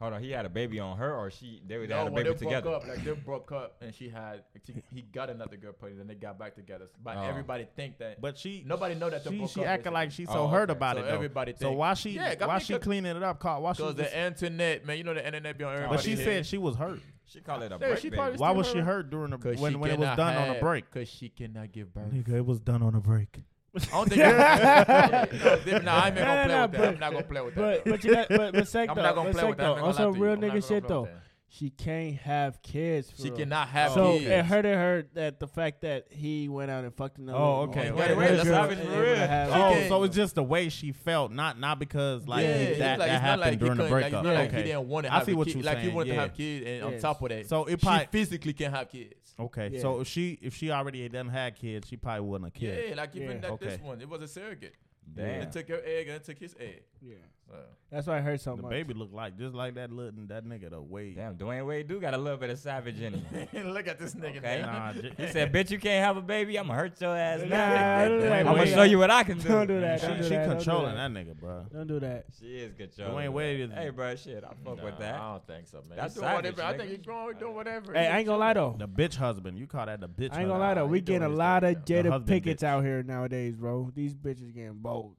Hold on, he had a baby on her, or she? They, they
No,
had a
when they
baby
broke
together.
up, like they broke up, and she had she, he got another girl pregnant, and they got back together. But
Oh.
everybody think that.
But she
Nobody know that they
she,
broke
she
up,
acting
basically.
like she so
Oh,
hurt
okay.
about
So
it. Though.
everybody
so
think-
why she
Yeah, I
why
think
she
that-
cleaning it up? Cause why she?
because
just-
the internet, man, you know the internet be on everybody.
but she said she was hurt.
She called it a
Yeah,
break
she
baby.
probably-
Why
still
was she
hurt.
hurt during the
Because
when when it was done on a break?
Because she cannot give birth.
Nigga, it was done on a break.
I don't think. yeah, no, nah, I'm not
Nah, nah,
gonna play with that. I'm
but-
not gonna play with
But
that. though.
but you got, but but sec
I'm
though,
not gonna
but
play
sec
with that.
though.
I'm not gonna lie
Also,
to you.
real
I'm not
nigga
gonna
shit
play
though.
with that.
She can't have kids. For
She
real.
cannot have
So
kids.
it hurted her that the fact that he went out and fucked another.
Oh,
woman.
okay.
Like,
Wait,
that
wait,
other
that's
girl
happened
ain't
for
able
real.
to have-
She
Oh,
can't-
so it's just the way she felt, not not because like
yeah,
that
it's
that
like, it's not
happened
like he
during the
couldn't-
breakup.
Like, it's not like
okay.
he didn't want to
I
have
see
a
what
kid.
you
like he
saying,
wanted to
yeah.
have kids, and on
Yes.
top of that,
So it
she
probably-
physically can have kids.
Okay,
Yeah.
so if she if she already had done had kids, she probably wouldn't have
Yeah,
kid.
like even
Yeah.
that this
Okay.
one, it was a surrogate.
Damn.
It took your egg and it took his egg.
Yeah.
So.
That's why it hurt so
The
much.
baby looked like just like that little that nigga the way.
Damn, Dwayne Wade do got a little bit of savage in him.
Look at this nigga.
Okay.
now.
Nah, j-
He said, "Bitch, you can't have a baby. I'ma hurt your ass
Nah,
now.
don't do
Dwayne
that.
I'ma
Wade-
show you what I can do."
Don't do that.
she,
Don't do
she
that. Don't do
controlling
that.
that. nigga, bro.
Don't do that.
She is good.
Dwayne Wade is-
Hey, bro, shit, I fuck with
Nah, I
that.
don't think so, man.
That's
He's doing
savage,
whatever. I
nigga.
think he's going doing whatever.
Hey, I ain't gonna lie though.
The bitch husband, you call that the bitch?
I ain't gonna
husband.
lie though.
he
We
doing
getting a
his
lot
thing
of
now.
The
Jada
husband
Pickett's
bitch.
out here nowadays, bro. These bitches getting bold.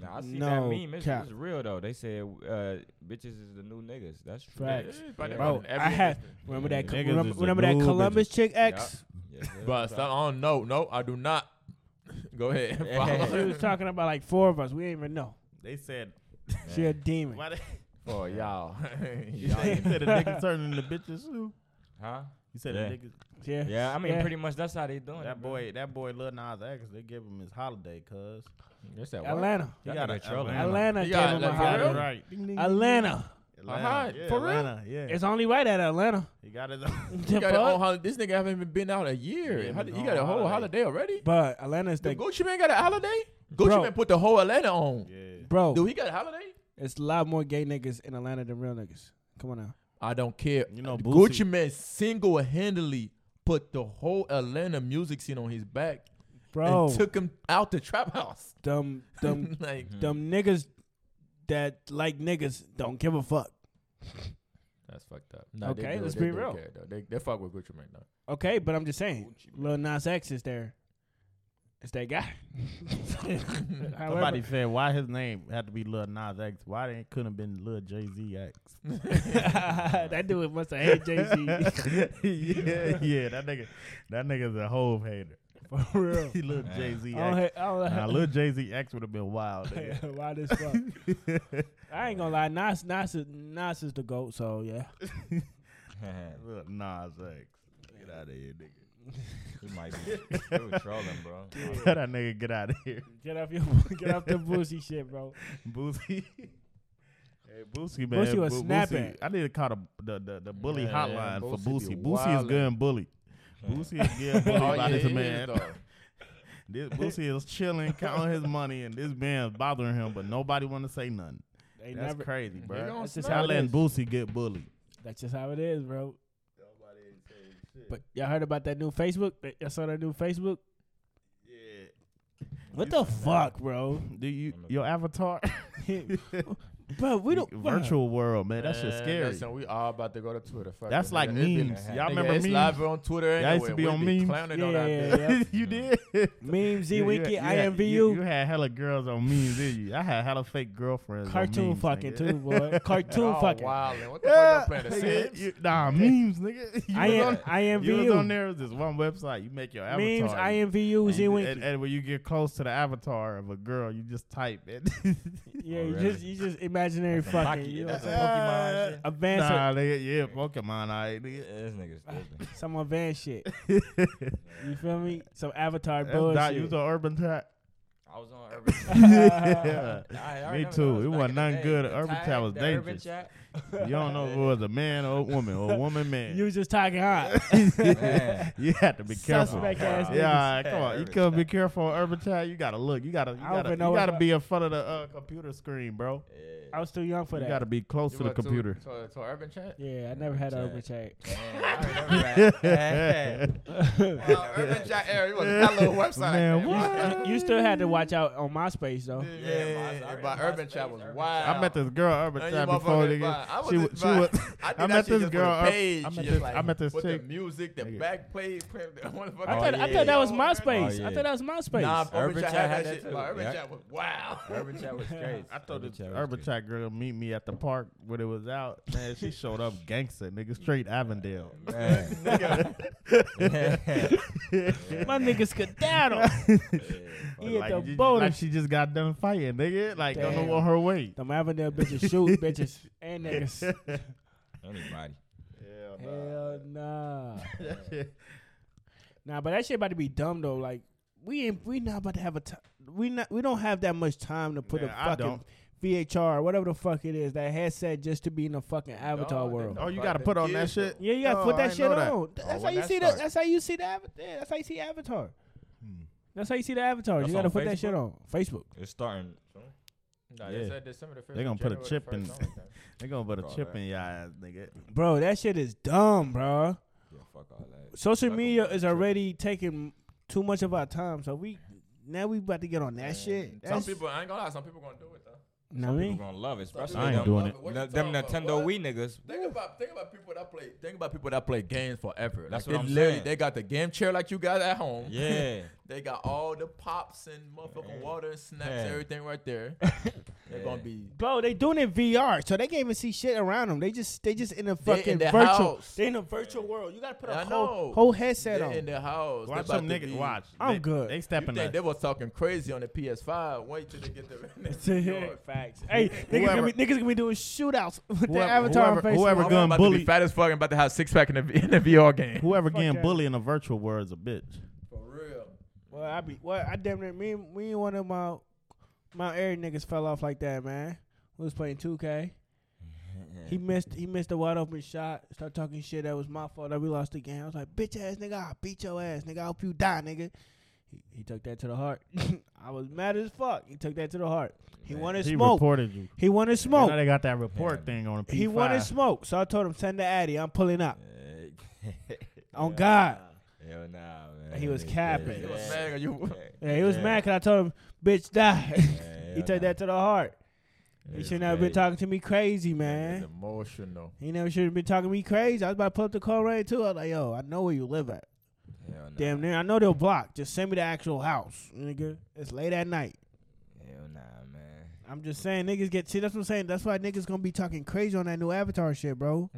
Nah, I see
No
that meme. It's,
cap.
it's real though. They said uh, bitches is the new niggas. That's true.
Facts.
But
Bro,
every-
I had remember that
Niggas
remember,
is the
remember that
new
Columbus chick ex.
Yes, sir.
But stop, I don't know. No, I do not. Go ahead.
She
Follow.
was talking about like four of us. We didn't even know.
They said,
She a demon.
why they,
For y'all. y'all
they
ain't-
said a nigga turning into bitches too.
huh?
You said
Yeah.
a nigga.
Yeah.
Yeah, I mean,
Yeah.
pretty much that's how they doing. it,
That
bro.
boy, that boy Lil Nas X, they give him his holiday, cuz.
That's that work.
Atlanta.
He
That
got
nigga
a
trolling.
Atlanta
You
gave
got
him a
like,
Got it
holiday.
real?
right. Ding, ding, ding.
Atlanta.
Atlanta.
Uh-huh,
Yeah,
for real?
Atlanta, yeah.
It's only right at Atlanta.
he got his own.
You got it on
Fuck.
holiday. This nigga haven't even been out a year.
Yeah,
How
been
did- you got a
on
whole
holiday.
holiday already?
But Atlanta is
The
the
Gucci man got a holiday? Gucci
Bro.
man put the whole Atlanta on.
yeah.
bro.
Do he got a holiday?
It's a lot more gay niggas in Atlanta than real niggas. Come on now.
I don't care.
You know,
Gucci
Boosie-
man single handedly put the whole Atlanta music scene on his back
Bro,
and took him out the trap house.
them them
like,
Mm-hmm.
them niggas that like niggas don't give a fuck.
that's fucked up.
Okay, let's be real.
They, they fuck with Gucci man though.
Okay, but I'm just saying, Lil Nas X is there. It's that guy.
Somebody
However,
said why his name had to be Lil Nas X. Why they couldn't have been Lil Jay Z X?
that dude must have hate Jay Z.
yeah, yeah, that nigga, that nigga's a whole hater.
For real.
He Lil Jay Z
I don't
X.
hate, I don't
Nah, Lil Jay Z X would have been wild. nigga.
Wild as fuck. I ain't gonna lie, Nas, Nas, is, Nas is the goat. So yeah,
Lil Nas X. Get out of here, nigga.
he might be he was trolling, bro.
Tell that nigga get out of here,
get off your, get off the boozy shit, bro.
Boosie. Hey, Boosie, man.
Boosie was
Boo-
snapping.
I need to call the the, the, the bully
Yeah,
hotline for
Boosie be
Boosie. Boosie is
wildin'.
good and bully. Boosie is good and bully by
Oh, yeah,
this
he is,
man.
though.
This Boosie is chilling, counting his money, and this man's bothering him, but nobody want to say nothing.
They
That's
never.
crazy, bro.
gonna
That's just
snap.
how letting
It
Boosie get bullied.
That's just how it is, bro. But y'all heard about that new Facebook? That- Y'all saw that new Facebook?
Yeah.
What the fuck, bro?
Do you your avatar?
bro, we don't
virtual world, man. That shit's
Man,
scary.
listen, we all about to go to Twitter. Fuck
That's
it,
like
nigga. It's been-
memes.
nigga,
Y'all remember
it's
memes?
live on Twitter.
Y'all used to be
anyway.
on
We
memes.
clowning
Yeah,
on that
yeah,
bitch.
yeah. Yep.
you did.
Meme Z
You- you-
Winky,
you had-
IMVU,
You, you had hella girls on memes, did you? I had hella fake girlfriends. on
cartoon
memes, Oh,
fucking
nigga.
too, boy.
Y'all
Cartoon fucking.
wildin'. What the fuck y'all playing? The
Nigga,
Sims?
you- nah, memes, nigga. You
I
was
am
on- You was on
IMVU.
there. There's one website. You make your avatar.
Memes,
you-
IMVU, Z
You-
Winky.
And, and when you get close to the avatar of a girl, you just type it.
Yeah,
Oh,
you
really?
just you just imaginary fucking.
Pocky,
You
that's a
know,
Pokemon shit.
advanced,
nah, nigga, yeah, Pokemon, I nigga.
This nigga's stupid.
some advanced shit. you feel me? Some avatar
That's not, you
bullshit.
was on Urban Tap.
I was on Urban
yeah.
I- I
Me
remember
too.
those
It
back
wasn't
in the
nothing
day.
good.
The
Urban
tag,
Chat was
the Urban
dangerous.
Chat.
You don't know if it was a man or a woman or a woman man.
You was just talking hot.
Man.
you had to be careful.
Suspect ass
Yeah,
niggas.
all right, come on. You
Urban
gotta be
Chat.
careful on Urban Chat. You gotta look. You gotta. You
I don't
gotta. You
even know
gotta
if I-
be in front of the uh, computer screen, bro.
I was too young for
You
that.
gotta be close to the computer.
To, to urban chat.
yeah, I never had an urban chat.
Man, I remember that.
Well, urban chat era. It was that little website.
Man, what?
you still had to watch out on MySpace though.
Yeah,
Yeah,
yeah,
my-
but
my
urban
space,
chat was
Urban
wild.
I met this girl at Urban
Man,
Chat
you
before.
motherfuckers
Nigga.
vibe. I was
she, wa-
just
she was.
vibe. I,
I
did that
met
shit
this
just for the
girl. Ur-
Page,
I met
just
this.
like
I met this
with
chick.
the music, the
Nigga.
back play, play the motherfucker.
I thought
Oh,
I
yeah.
thought that was
Oh,
MySpace.
yeah.
I thought that was MySpace.
Nah, urban
Urban
chat
Chat
had that
had that
shit.
too.
but Urban
Yeah.
chat was wild.
Urban Chat was crazy.
I told this
Chat was
Urban
crazy.
Chat girl meet me at the park when it was out. Man, she showed up gangster, nigga, straight Avondale.
Man.
My niggas could daddle. He
like,
hit the
you-
boat.
like she just got done fighting, nigga. Like don't
Damn.
know what her weight.
Them Avondale bitches shoot bitches and niggas.
Anybody.
Hell nah. nah, but that shit about to be dumb though. Like we ain't we not about to have a time. We not we don't have that much time to put
Man, I
a fucking
don't.
VHR or whatever the fuck it is that headset just to be in the fucking avatar
they
world.
Oh, you gotta put on that shit.
Yeah, you gotta
Oh,
put
I
that
ain't know
shit on.
that.
Th- That's
Oh,
how
when
you
that
see that.
starts.
That's how you see the avatar. That's how you see Avatar. That's how you see the Avatar.
That's
you gotta
on
put that shit on Facebook.
It's starting.
Nah,
Yeah.
they said December the 1st,
They gonna put a
January the
chip in-
1st, something like that.
They gonna put a
Bro,
chip
that-
in your ass, nigga.
Bro, that shit is dumb, bro.
Yeah, fuck all that.
Social
Fuck
media
them.
is already taking too much of our time, so we now we about to get on that shit.
Some
That's-
people, I ain't gonna lie, some people gonna do it though.
Know what I
People
mean?
gonna love it, especially
I ain't
them,
doing it.
What you
them- them
talking about?
Nintendo
What?
Wii niggas.
Think about think about people that play think about people that play games forever.
That's
like
what
they
I'm
literally
saying.
they got the game chair like you got at home.
Yeah,
They got all the pops and motherfucking water and snacks,
Yeah.
everything right there. They're gonna be
Bro, they doing it VR, so they can't even see shit around them. They just they just in a
They in
fucking
their
virtual.
house.
They in a virtual world. You gotta put a
I
whole,
know.
whole headset
they're
on.
in their house.
Watch
They about
some
to
niggas
be-
watch.
I'm
They-
good.
They
You
stepping
think
up.
they was talking crazy on the PS5? Wait till they get the.
Facts. Hey, niggas gonna, be, niggas gonna be doing shootouts with their
Whoever-
avatar
whoever-
on Facebook.
whoever gun
about to
bully-
be fat as fuck. and about to have six pack in the in the VR game.
Whoever
Fuck
getting
yeah.
bullied in a virtual world is a bitch.
For real.
Well, I be well, I damn near me and- me and one of my my air niggas fell off like that, man. We was playing 2K. He missed he missed a wide open shot. Start talking shit that was my fault that we lost the game. I was like, bitch ass nigga, I will beat your ass, nigga. I hope you die, nigga. He, he took that to the heart. I was mad as fuck. He took that to the heart. He wanted
He
smoke.
reported you.
he wanted
Now
smoke.
they E got that report thing on the P5.
He wanted smoke. So I told him, send the Addy. I'm pulling up. On
Yeah.
God.
Hell nah, man.
He was
Yeah,
capping.
yeah,
It was
yeah.
mad. You,
Yeah, he was mad 'cause I told him, bitch, die.
Yeah,
he
hell
took
nah.
that to the heart. He
It's
should not have been
crazy.
talking to me crazy,
It's
man.
emotional.
He never should have been talking to me crazy. I was about to pull up the call right too. I was like, yo, I know where you live at.
Hell nah.
Damn near. I know they'll block. Just send me the actual house, nigga. It's late at night.
Hell nah, man.
I'm just saying, niggas get. See, that's what I'm saying. That's why niggas gonna be talking crazy on that new avatar shit, bro.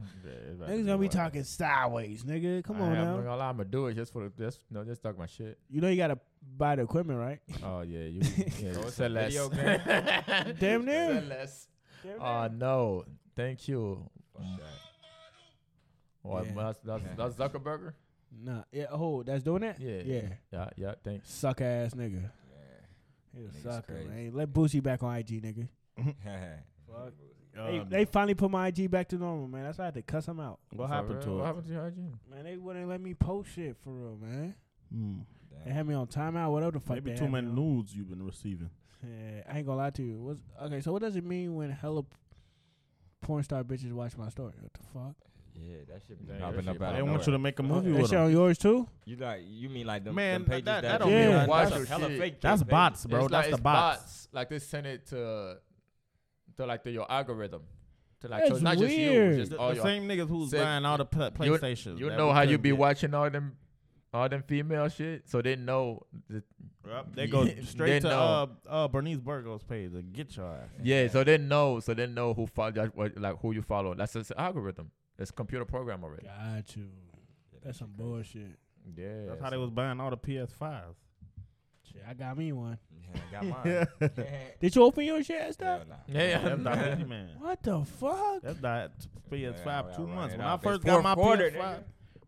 Niggas gonna be talking sideways, nigga. Come on
I
now.
am all I'm gonna do is just for the just no just talk my shit.
You know you gotta buy the equipment, right?
Oh yeah, you yeah,
So it's
say
a
less.
video game.
Damn near.
Less.
Damn near.
Oh no, thank you.
Fuck that.
What
Yeah.
that's, that's, that's Zuckerberger?
nah. Yeah. Oh, that's doing that.
Yeah.
Yeah.
Yeah, yeah, thanks.
Suck ass nigga. He a
Nigga's
sucker,
crazy.
man. Let Boosie back on IG, nigga.
Yeah. Fuck.
They,
Um,
they finally put my IG back to normal, man. That's why I had to cuss him out.
What happened to
What
it?
happened to your hygiene?
Man, they wouldn't let me post shit for real, man.
Hmm.
They had me on timeout, whatever the fuck.
Maybe
they
too
had me
many
on.
nudes you've been receiving.
Yeah, I ain't gonna lie to you. What's, okay, so what does it mean when hella p- porn star bitches watch my story? What the fuck? Oh,
Yeah, that shit be
Dang, that
popping
shit
up
pop-
out
They
of
want you to make a movie
that
with
shit
them.
on yours too?
You like you mean like them,
Man,
them pages
that-
that,
that don't
mean
yeah.
like
watch
that.
hella
Shit.
fake.
That's
fake
bots,
pages.
bro.
It's
That's
like,
the
it's
bots.
Like they send it to to like to your algorithm. To like so
That's
it's not just you,
weird.
it's just
The,
all
the
your
same niggas who's
Said-
buying all the pla-
You-
PlayStations.
You
that
know
we
how you
couldn't
be
get.
watching all them, all them female shit. So they know. The,
Yep, They go
Yeah,
straight
they
to uh,
know.
uh, Bernice Burgos page and get your ass.
yeah. So they know. So they know who follow. Like who you follow. That's just an algorithm. It's computer program already.
Got you. That's some bullshit.
Yeah.
That's how they was buying all the PS5s.
Shit, I got me one.
Yeah, I got mine.
Did you open your shit and stuff?
Hell nah.
Yeah.
That's not
yeah.
easy, man.
What the fuck?
That's not PS5
Yeah,
two
yeah,
months.
right.
When I first
It's fourth
got my
quarter,
PS5,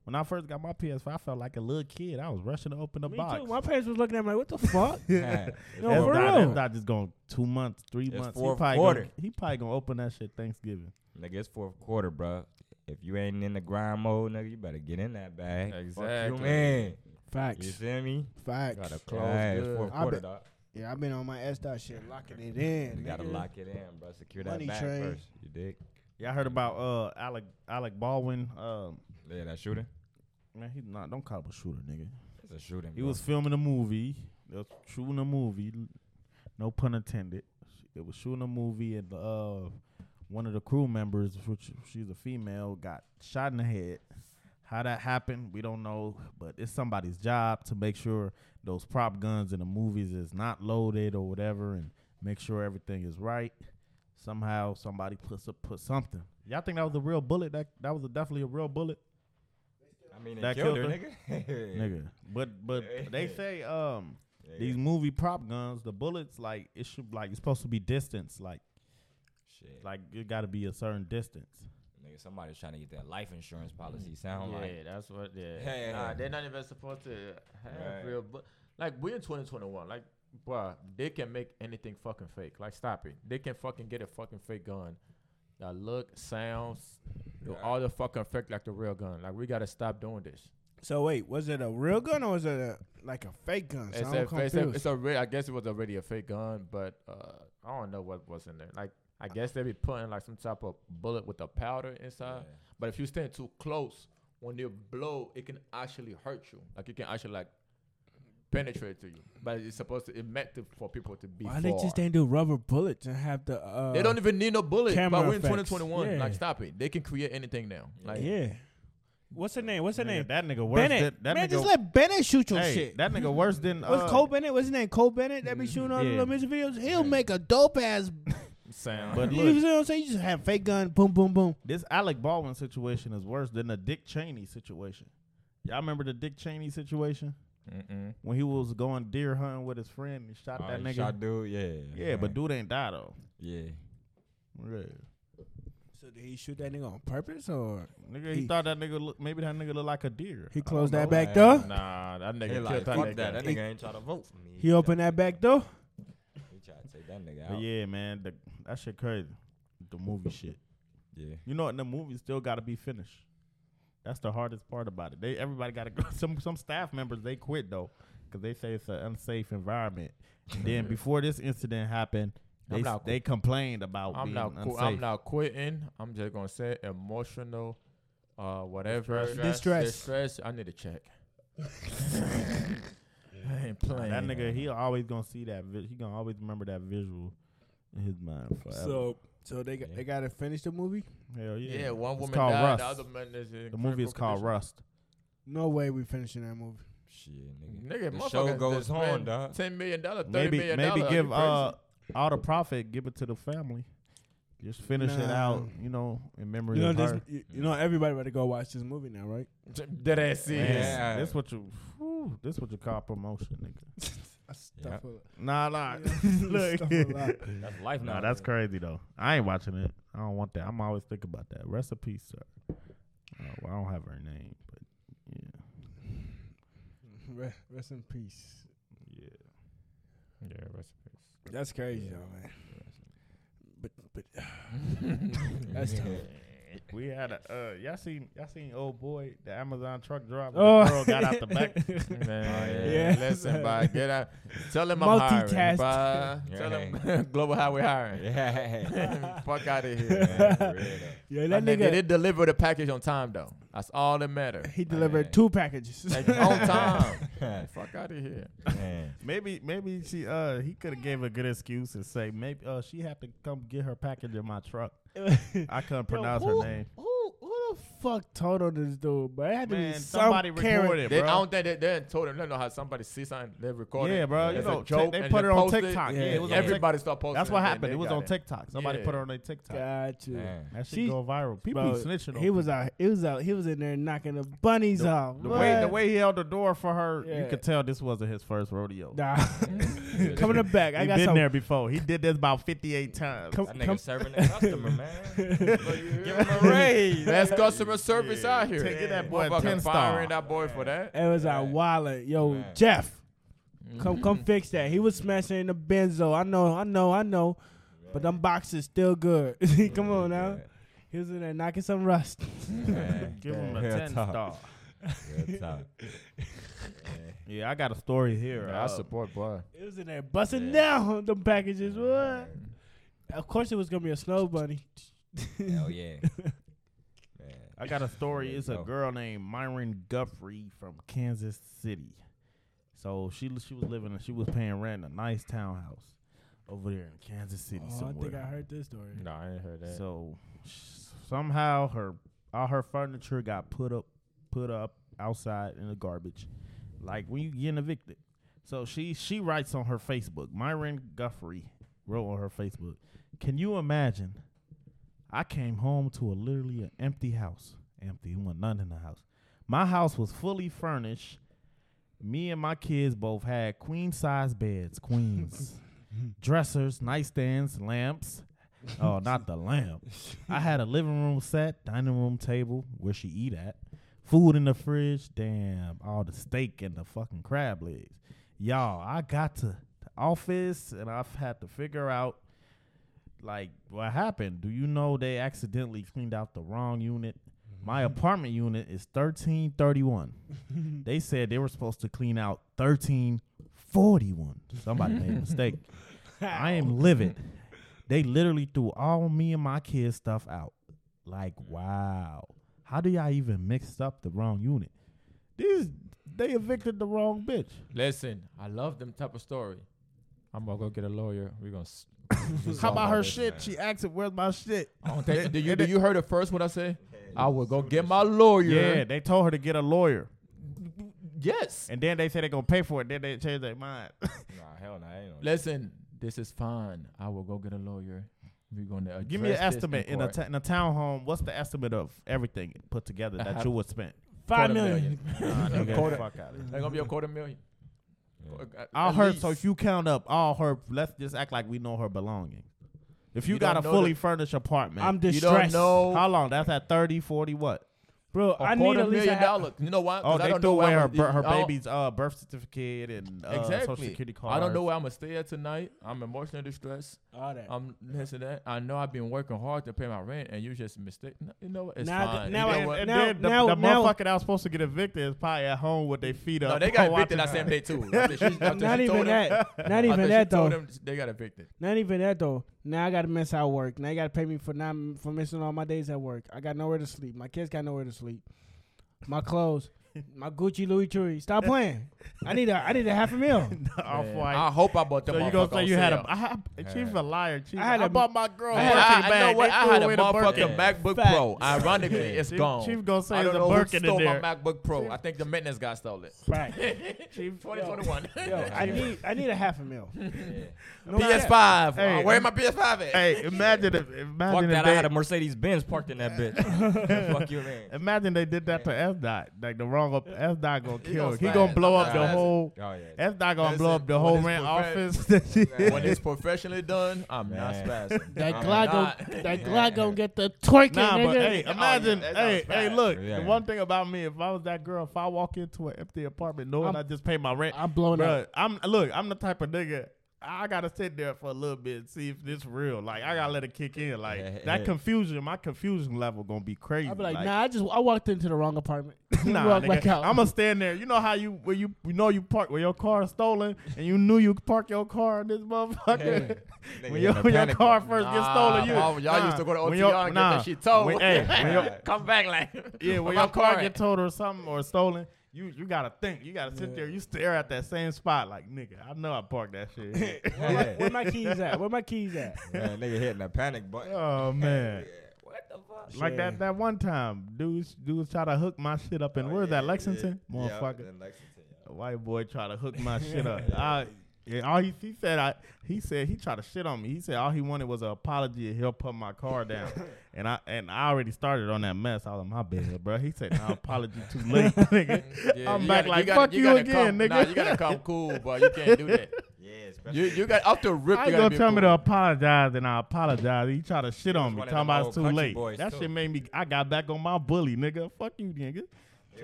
when I first got my PS5, I felt like a little kid. I was rushing to open the
me
box.
too. My parents was looking at me like, what the fuck? No,
That's
for
not,
real.
that's not just going two months, three
It's
months. He
fourth
probably,
quarter.
gonna, he probably gonna open that shit Thanksgiving.
Nigga, it's fourth quarter, bro. If you ain't in the grind mode, nigga, you better get in that bag. Fuck
Exactly.
you, man. You
Facts.
feel me?
Facts.
Gotta close
Yeah, it's
good.
fourth
I
quarter,
bet-
dog.
Yeah, I've been on my S dot shit, locking it in.
You gotta
nigga.
lock it in, bro. Secure
Money
that bag
train.
first. You dig?
Yeah, I heard about uh Alec Alec Baldwin. Um,
Yeah, that shooting.
man, he's not. Don't call him a shooter, nigga.
It's a shooting.
He
bro.
was filming a movie. They was shooting a movie. No pun intended. They was shooting a movie, and uh, one of the crew members, which she's a female, got shot in the head. How that happened, we don't know, but it's somebody's job to make sure those prop guns in the movies is not loaded or whatever, and make sure everything is right. Somehow, somebody puts up put something. Y'all think that was a real bullet? That that was a, definitely a real bullet.
I mean, they
that
killed,
killed
her, nigga.
nigga. But but they say um
Yeah,
these movie prop guns, the bullets like it should like it's supposed to be distance, like
Shit.
like it got to be a certain distance.
Nigga, somebody's trying to get that life insurance policy. Sound like
that's what. Yeah.
Yeah, yeah,
nah,
yeah.
they're not even supposed to have
Right.
real. Bu- like we're in 2021. Like, bruh, they can make anything fucking fake. Like, stop it. They can fucking get a fucking fake gun. That look, sounds, do
Yeah.
all the fucking fake like the real gun. Like, we gotta stop doing this.
So wait, was it a real gun or was it a like a fake gun? So
It's
I'm
a, it's, a,
confused.
it's a real. I guess it was already a fake gun, but uh, I don't know what was in there. Like, I guess they be putting like some type of bullet with a powder inside.
Yeah.
But if you stand too close, when they blow, it can actually hurt you. Like, it can actually like penetrate to you, but it's supposed to. It's meant to, for people to be.
Why they just
far.
didn't do rubber bullets and have the? Uh,
They don't even need no bullet.
Camera
But we're in
effects.
2021.
Yeah.
Like, stop it. They can create anything now. Like,
Yeah. What's her name? What's her name?
Nigga, that nigga worse
Bennett.
than that
Man,
nigga.
just let Bennett shoot your
hey,
shit.
that nigga worse than uh, Mm,
What's Cole Bennett? What's his name? Cole Bennett that be shooting all
Yeah.
the little music videos. He'll make a dope ass.
sound.
But
you know
look,
what I'm saying? You just have fake gun. Boom, boom, boom.
this Alec Baldwin situation is worse than the Dick Cheney situation. Y'all remember the Dick Cheney situation
Mm-mm.
when he was going deer hunting with his friend and
Oh,
shot that nigga?
Shot dude, yeah.
yeah, but dude ain't die though.
Yeah.
Yeah.
So did he shoot that nigga on purpose or
Nigga, he,
He-
thought that nigga look, maybe that nigga look like a deer.
he
I
closed
don't know.
that back door?
Nah, that nigga
They
killed
like,
that
fuck
nigga.
that. That nigga ain't trying to vote for me.
He opened that back door.
He tried to take that nigga
But
out. Yeah.
yeah, man, the, that shit crazy. The movie shit. You know, and the movie still got to be finished. That's the hardest part about it. They everybody got to go. Some some staff members they quit though because they say it's an unsafe environment. And then before this incident happened,
I'm
they
not cool.
they complained about
I'm
being
not.
unsafe.
Qu- I'm not quitting. I'm just gonna say emotional, uh, whatever.
Distress.
Distress.
Distress. I need a check. I ain't playing.
That nigga, he always gonna see that. Vi- he gonna always remember that visual in his mind forever.
So so they got, they got to finish the movie.
Hell yeah.
Yeah, one
It's
woman
called
died.
Rust.
The other man is in
the movie is
critical
called
condition.
Rust.
No way we finishing that movie.
Shit, nigga.
Nigga,
The
motherfucker
show
just
goes
spent
on, dog.
Ten million dollar, thirty
Maybe
million
maybe
dollar.
give uh all the profit, give it to the family. Just finish it out, you know, in memory
You know
of
this.
her.
You, you know everybody better go watch this movie now, right?
dead ass
Man,
serious.
Yeah.
This what you whew, this what you call promotion, nigga.
Yeah.
Nah, nah.
Stuff a lot.
That's life now.
nah, that's crazy though. I ain't watching it. I don't want that. I'm always thinking about that. Rest in peace, sir. Uh, well, I don't have her name, but yeah.
Re- Rest in peace.
Yeah.
Yeah, rest
That's crazy, though, man. But but that's tough.
We had a uh, y'all seen y'all seen old boy the Amazon truck driver.
Oh.
The girl got out the back.
Man,
Yeah.
Listen, bye. Get out. Tell him I'm hiring.
Multitask.
Bye. Tell him Global Highway hiring.
Yeah.
Fuck out of here.
For real, though.
Yeah, that
And they
nigga.
did deliver the package on time though. That's all that matters.
He delivered two packages.
Like, on time. Fuck out of here.
Man.
Maybe maybe she uh he could have gave a good excuse and say maybe uh she had to come get her package in my truck. I couldn't pronounce
who,
her name.
Who who the fuck told on this dude? But it had to
Man,
be some
somebody
Karen.
recorded,
They, I
bro.
don't think they, they told him. They know how somebody sees something. They record it.
Yeah, bro. You
It's
know,
a
t-
joke.
they
and
put it on
post
TikTok.
Yeah,
Yeah, it was on TikTok.
Everybody start posting.
That's what
it, then
happened.
they
It was
got
on TikTok. Somebody
Yeah.
put it on their TikTok.
Got you.
Man.
That shit
She-
go viral. People
Bro,
be snitching on
he was
people.
out. He was out. He was in there knocking the bunnies off.
the way the
What?
way he held the door for her, you
Yeah.
could tell this wasn't his first rodeo.
Nah. Coming up back, I
he
got
been
some.
there before. He did this about fifty eight times.
Come,
That
come,
nigga serving the customer, man. Give him a
it.
raise.
That's customer service out here.
Take it that boy
Motherfucker
ten
firing
star.
that boy for that.
it was out wallet. Yo, Jeff, come come
Mm-hmm.
fix that. He was smashing the benzo. I know, I know, I know. But them boxes still good. come on now. He was in there knocking some rust.
Man.
Give him a
Real
ten
talk.
star.
Real talk.
Yeah, I got a story here.
Yeah, I
uh,
support boy.
He was in there busting down them packages. What? Of course, it was gonna be a snow bunny.
Hell yeah. Man.
I got a story.
There
It's
you
a
go.
girl named Myron Guffrey from Kansas City. So she li- she was living and she was paying rent in a nice townhouse over there in Kansas City
Oh, I
somewhere.
think I heard this story.
No, I ain't heard that.
So s- somehow her all her furniture got put up put up outside in the garbage, like when you getting evicted. So she she writes on her Facebook. Myron Guffrey wrote on her Facebook. Can you imagine? I came home to a literally an empty house. Empty, there wasn't none in the house. My house was fully furnished. Me and my kids both had queen size beds, queens, dressers, nightstands, lamps, oh, not the lamp. I had a living room set, dining room table where she eat at, food in the fridge. Damn, all the steak and the fucking crab legs. Y'all, I got to the office and I've had to figure out like what happened. Do you know they accidentally cleaned out the wrong unit? My apartment unit is thirteen thirty one. they said they were supposed to clean out thirteen forty one. Somebody made a mistake. I am livid. They literally threw all me and my kids stuff out. Like, wow. How do y'all even mix up the wrong unit? These they evicted the wrong bitch.
Listen, I love them type of story. I'm gonna go get a lawyer. We're gonna. s-
How about her
this,
shit? She asked it, "Where's my shit?"
I don't think. Did you, did you heard it first? What I say? I will go get my lawyer.
Yeah, they told her to get a lawyer,
Yes.
and then they said they gonna pay for it. Then they changed their mind.
Nah, hell nah. I ain't on
Listen, this is fine. I will go get a lawyer. We're gonna
Give me an
address this
estimate in a
court.
t- in a townhome. What's the estimate of everything put together that you would spend?
Five
Quarter
million.
Nah, nigga, get
Quarter-
the fuck outta here.
That's gonna be a quarter million. At-
All
at
her.
least.
So if you count up all her, let's just act like we know her belongings. If you,
You
got a
don't know
fully
the-
furnished apartment,
I'm
you don't
distressed.
know
how long? That's at 30, 40 what?
Bro,
a
I need
quarter
at least a
million
half.
dollars. You know why?
Oh,
'Cause I
they
don't
threw
know
away
where
her
I'm-
bir- her
I don't-
baby's uh, birth certificate and uh, social security card.
I don't know where I'm gonna stay at tonight. I'm emotionally distressed.
All that.
I'm listen to that. I know I've been working hard to pay my rent, and you just mistake. No, you know what? It's
Now-
fine.
now
you know
I-
what?
And
now-
then the,
now-
the
now-
motherfucker that was supposed to get evicted is probably at home with their feet up.
no, they got
watching
evicted that same
her.
day too. After she- after
Not
she
even
told them-
that. Not
after
even
she
that
told
though.
them They got evicted.
Not even that though. Now I gotta miss out work. Now you gotta pay me for not for missing all my days at work. I got nowhere to sleep. My kids got nowhere to sleep. My clothes, my Gucci Louis Tree. Stop playing. I need a I need a half a meal.
Man,
Off-white.
I hope I bought the.
So you gonna say you had a? I, I, she's a liar. She,
I
I,
had a-
bought my girl.
I had,
Birkin
I, I,
bag.
know what,
They
I
threw
had a
away the Birkin.
motherfucking MacBook
Facts.
Pro. Ironically, it's
She-
gone.
she was gonna say
I don't
there's a
know who
Birkin in
stole my
there.
MacBook Pro. I think the maintenance guy stole it.
Right.
2021.
Yo, I need I need a half a meal. No cap.
PS5.
Hey,
Uh, where my PS5 at?
Hey, imagine if imagine
Fuck
if
that.
they,
I had a Mercedes Benz parked in that bitch. Fuck you, man.
imagine they did that to F dot. Like the wrong up F dot gonna kill.
gonna
He
smash.
gonna blow
I'm
up
not
the
spazzing.
whole.
Oh, yeah.
F dot gonna
Listen,
blow up the
when
whole
it's
rent
prepared-
office.
when it's professionally done, I'm not spazzing.
That
I'm
Glock
not.
gon' that Glock gon' get the twerking,
Nah,
nigga.
but hey, imagine,
that's how
hey,
it's
hey,
bad.
look.
Yeah.
The one thing about me, if I was that girl, if I walk into an empty apartment knowing
I'm-
i just paid my rent,
I'm blowing
Bruh,
up.
I'm look. I'm the type of nigga. I gotta sit there for a little bit and see if this real. Like I gotta let it kick in. Like that confusion, my confusion level gonna be crazy.
I'll be like, nah, I just I walked into the wrong apartment.
nah,
Walk
nigga.
back out.
I'm gonna stand there. You know how you where you you know you park where your car is stolen and you knew you could park your car in this motherfucker. when your, when your car first gets stolen, you
Nah, y'all used to go to
when
OTR
your-
and get
nah,
that shit towed.
When, hey, when your,
Come back, like.
yeah, when
my
your car
car
get
at?
towed or something or stolen, you you gotta think. You gotta sit there. You stare at that same spot like nigga. I know I parked that shit. here."
Where, my, where my keys at? Where my keys at?
Man, nigga hitting a panic button.
oh man.
What the fuck?
Like that that one time, dudes dudes try to hook my shit
Oh,
up in where's that Lexington,
Yeah,
motherfucker.
in Lexington. yeah.
A white boy try to hook my shit up. I, yeah, all he, he said, I he said he tried to shit on me. He said all he wanted was an apology and he'll put my car down. and I and I already started on that mess. I was like, my bad, bro. He said, nah, apology too late, nigga.
Yeah,
I'm
you
back
gotta-
like
gotta-
fuck you,
gotta
again,
come-
nigga.
Nah, you gotta come cool, bro. You can't do that.
Yeah,
You
especially.
you got off the rip.
I
you
ain't
gotta
gonna
be
tell me
cool.
to apologize and I apologize. He tried to shit on me,
one of
talking
them
about
old
it's too
country
late.
boys,
That
too.
shit made me. I got back on my bully, nigga. Fuck you, nigga.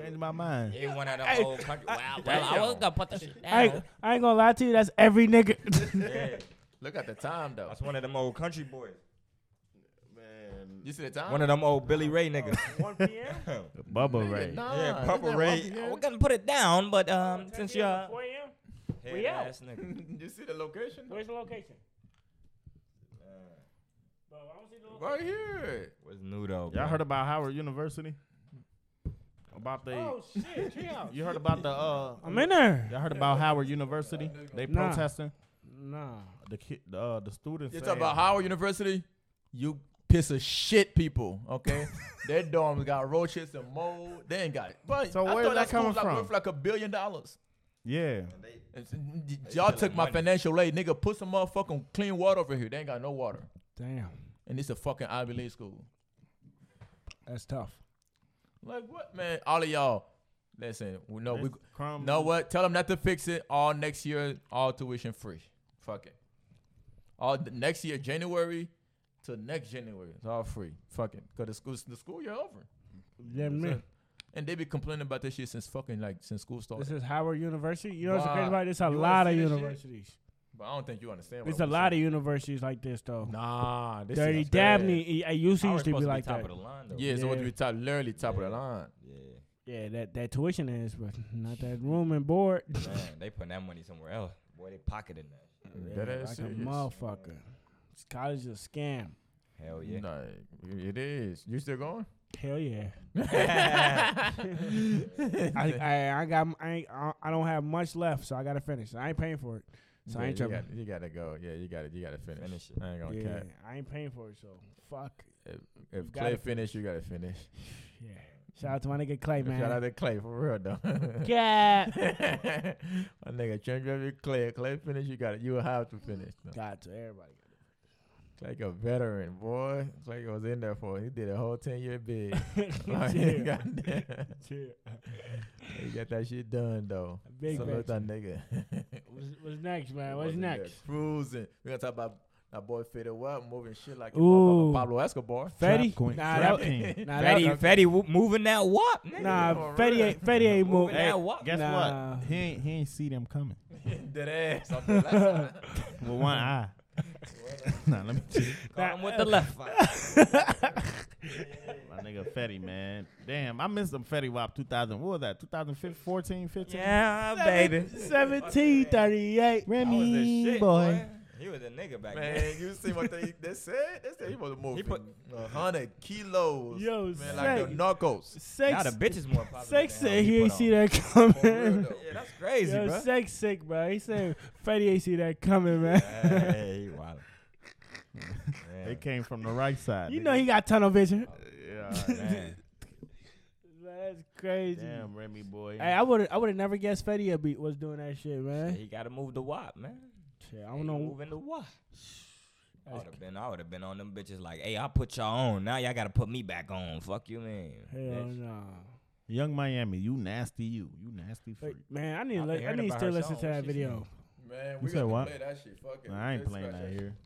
Changed my mind.
He one of them old country. Wow, well, I was gonna put the shit
I ain't, I ain't gonna lie to you. That's every nigga.
Yeah.
Look at the time though.
That's one of them old country boys.
You see the time?
One of them old Billy
Oh,
Ray niggas.
1 p.m.
Bubba Ray.
Nah,
Yeah,
isn't
Purple
that
Ray.
Purple
We're gonna put it down, but um, since you're a
4 a.m.
head ass nigga,
Ray? You see the location?
Where's the location? Bro, I don't see the location.
Right here.
What's new though?
Y'all
bro?
heard about Howard University? About the
Oh shit, treehouse.
you heard about the uh
I'm in there.
y'all heard about Howard University? They
Nah.
protesting
Nah.
the ki- the, uh, the students.
You
saying-
talk about Howard University? You piss of shit people, okay? Their dorms got roaches and mold. They ain't got it. But
So
I
where
thought
is that
school was
coming
like
from?
worth like a billion dollars.
yeah.
It's- y- Y'all took my financial aid, nigga. Put some motherfucking clean water over here. They ain't got no water,
Damn.
and it's a fucking Ivy League school.
That's tough.
Like what, man? All of y'all, listen. We know we
Crumb-
know what. Tell them not to fix it. All next year, all tuition free. Fuck it. All the next year, January to next January, it's all free. Fuck it, cause the school the school year over,
Damn near.
and they be complaining about this shit since fucking like since school started.
This is Howard University. You know what's
Bruh,
crazy about it? There's a
you
lot
wanna
of
see this shit?
universities.
but I don't think you understand.
There's a lot of universities like this though.
of nah. This
Dirty
is bad.
Dabney. I used to
I was
used to
supposed
be
to be
like
top
that.
of the line though.
Yeah, so what
Yeah.
we top literally top of the line.
Yeah.
Yeah, that that tuition is, but not that room and board.
Man, they putting that money somewhere else. Boy, they pocketing that.
That
Yeah,
is
like
serious.
a motherfucker. This college is a scam.
Hell yeah.
Like, it is. You still going?
Hell yeah. I, I I got I ain't, I I don't have much left, so I gotta finish. I ain't paying for it, so I ain't
you,
tripping.
gotta, you gotta go. Yeah, you gotta you gotta finish.
Finish it.
I ain't gonna
yeah,
cap.
I ain't paying for it, so fuck.
If, if
gotta
Clay finish, you gotta finish.
Yeah. Shout out to my nigga Clay, man.
Shout out to Clay for real though.
yeah.
My nigga, change every Clay. Clay finish, you got to You have to finish. though.
God to everybody.
Clay a veteran, boy. Clay was in there for. He did a whole ten year bid. like,
Yeah.
goddamn.
Shit.
He got that shit done though.
Big
Salute
man.
that nigga.
What's, what's next, man? What's
Wasn't
next?
that Cruising. We gonna talk about that boy Fetty Wap moving shit like
Ooh.
Pablo Escobar.
Fetty?
Trap queen-
Nah,
trap
that-
king.
Nah, that,
Fetty, Fetty w- moving that wop, nigga.
nah,
for
Fetty
real.
ain't Fetty ain't moving.
Moving that wop.
Guess
Nah.
what? He ain't he ain't see them coming
Dead ass. Off the left side.
with one eye. nah, let me tell you.
Caught him with the left.
my nigga Fetty man. Damn, I missed them Fetty Wap 2000. What was that? 2015, 14, 15.
yeah, baby.
Seventeen thirty-eight.
That was his
Remy
shit,
boy.
boy. He was a nigga back then.
Man, you see what they, they said? They said he was moving
put-
a hundred kilos.
Yo,
man, like the
say-
narcos.
Now
Sex.
the bitch is more popular.
Sex
than how
said he ain't
put
see
on.
that coming.
Yeah, that's crazy,
Yo,
bro.
sex sick, bro. He said Fetty ain't see that coming, man.
Hey, wow.
They came from the right side.
you
nigga.
know he got tunnel vision.
Yeah,
Man.
That's crazy.
damn Remy boy.
Hey, I would I would have never guessed Fetty beat was doing that shit, man.
He gotta move the wop, man.
Shit, I don't
He
know.
Moving the wop. I would have been, I would have been on them bitches like, hey, I put y'all on. Now y'all gotta put me back on. Fuck you, man.
Hell
Bitch.
no.
Young Miami, you nasty you. You nasty freak.
Wait, man, I need to
I've
li-
been
I
hearing
need to
about
still
her
listen to
song.
that
She
video.
Man,
we said got to what? play
that shit. Fuck
Nah, I ain't playing that here.
uh,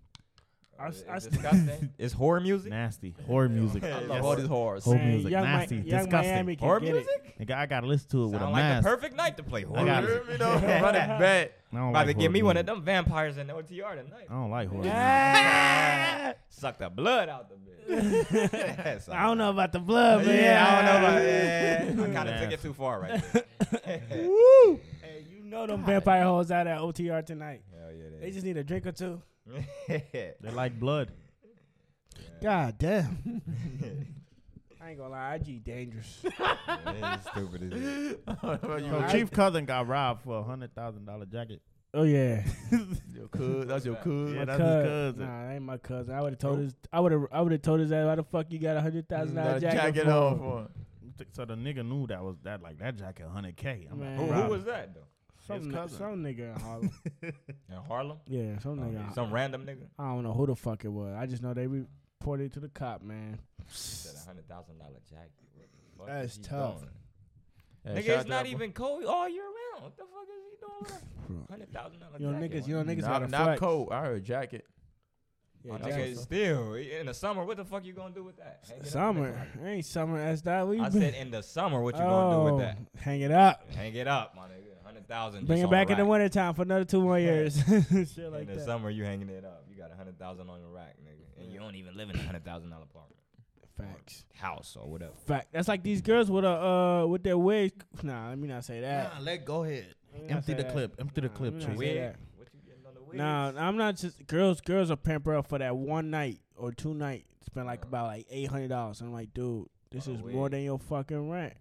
I, s- I s-
It's horror music.
Nasty. Horror music.
I
Yes.
love all these whores.
Whole
man,
music.
Young Mi-
Nasty.
Young
disgusting.
Miami can
Horror
get it.
music.
Nigga, I gotta listen to it with a
Sound like the
mask.
perfect night to play horror.
got
You
music.
hear me though? Run it back.
I don't
About
like
to
horror
give me one of
music.
them vampires in the OTR tonight.
I don't like horror
Suck the blood out the bitch. That's
I don't know about the blood, man.
Yeah, I don't know about that. I kind of took
Nasty.
it too far right there.
Woo! Hey, you know them vampire hoes out at OTR tonight.
Hell
They
yeah,
just need a drink or two.
they-
They like blood.
God damn. I ain't gonna lie, IG dangerous.
That is stupid as hell.
So Chief Cousin got robbed for a hundred thousand dollar jacket.
Oh yeah,
Your cuz, that's your cuz.
Yeah,
my
that's
cou-
his cousin.
Nah, that ain't my cousin. I would have told his. I would have. I would have told his ass. Why the fuck you got a hundred thousand dollar
Mm,
That
jacket?
jacket
for?
on for him.
So the nigga knew that was that like that jacket hundred K. I'm
Man.
like,
Who,
robbed.
who was that though?
Some,
His
ni-
cousin.
some nigga in Harlem.
In Harlem?
Oh, yeah,
Oh,
some nigga.
Some random nigga.
I don't know who the fuck it was. I just know they reported to the cop, man.
Said a hundred thousand dollar jacket. What the fuck
That's
is he
tough.
doing?
Yeah, shout
Nigga,
out
it's
to
not
that boy.
even cold all year round. What the fuck is he doing? with a Hundred thousand dollar
You know
jacket.
niggas. You know niggas
not,
got
not
flex.
cold. I heard jacket.
Yeah,
Oh,
jackets.
nigga, still in the summer. What the fuck you gonna do with that? Hang it up in the
Summer.
closet.
It ain't summer. That's that. What you
I
been-
said in the summer. What you
oh,
gonna do with that?
Hang it up.
Hang it up, my nigga. Hundred thousand.
Bring it back in the wintertime for another two more years. Shit like
in the
that.
summer, you hanging it up. You got a hundred thousand on your rack, nigga, and you don't even live in a hundred thousand dollar apartment,
Facts.
house, or whatever.
Fact. That's like these girls with a uh with their wigs. Nah, let me not say that.
Nah, let go ahead.
Let me not
Empty
say
the
that.
clip. Empty the
Nah,
clip,
let me not
Chief.
say
Wig.
that.
What you getting on the wig?
Nah, I'm not just girls. Girls are pampered up for that one night or two night. Spend like about like eight hundred dollars. I'm like, dude, this
On Uh. a
is
wig.
more than your fucking rent.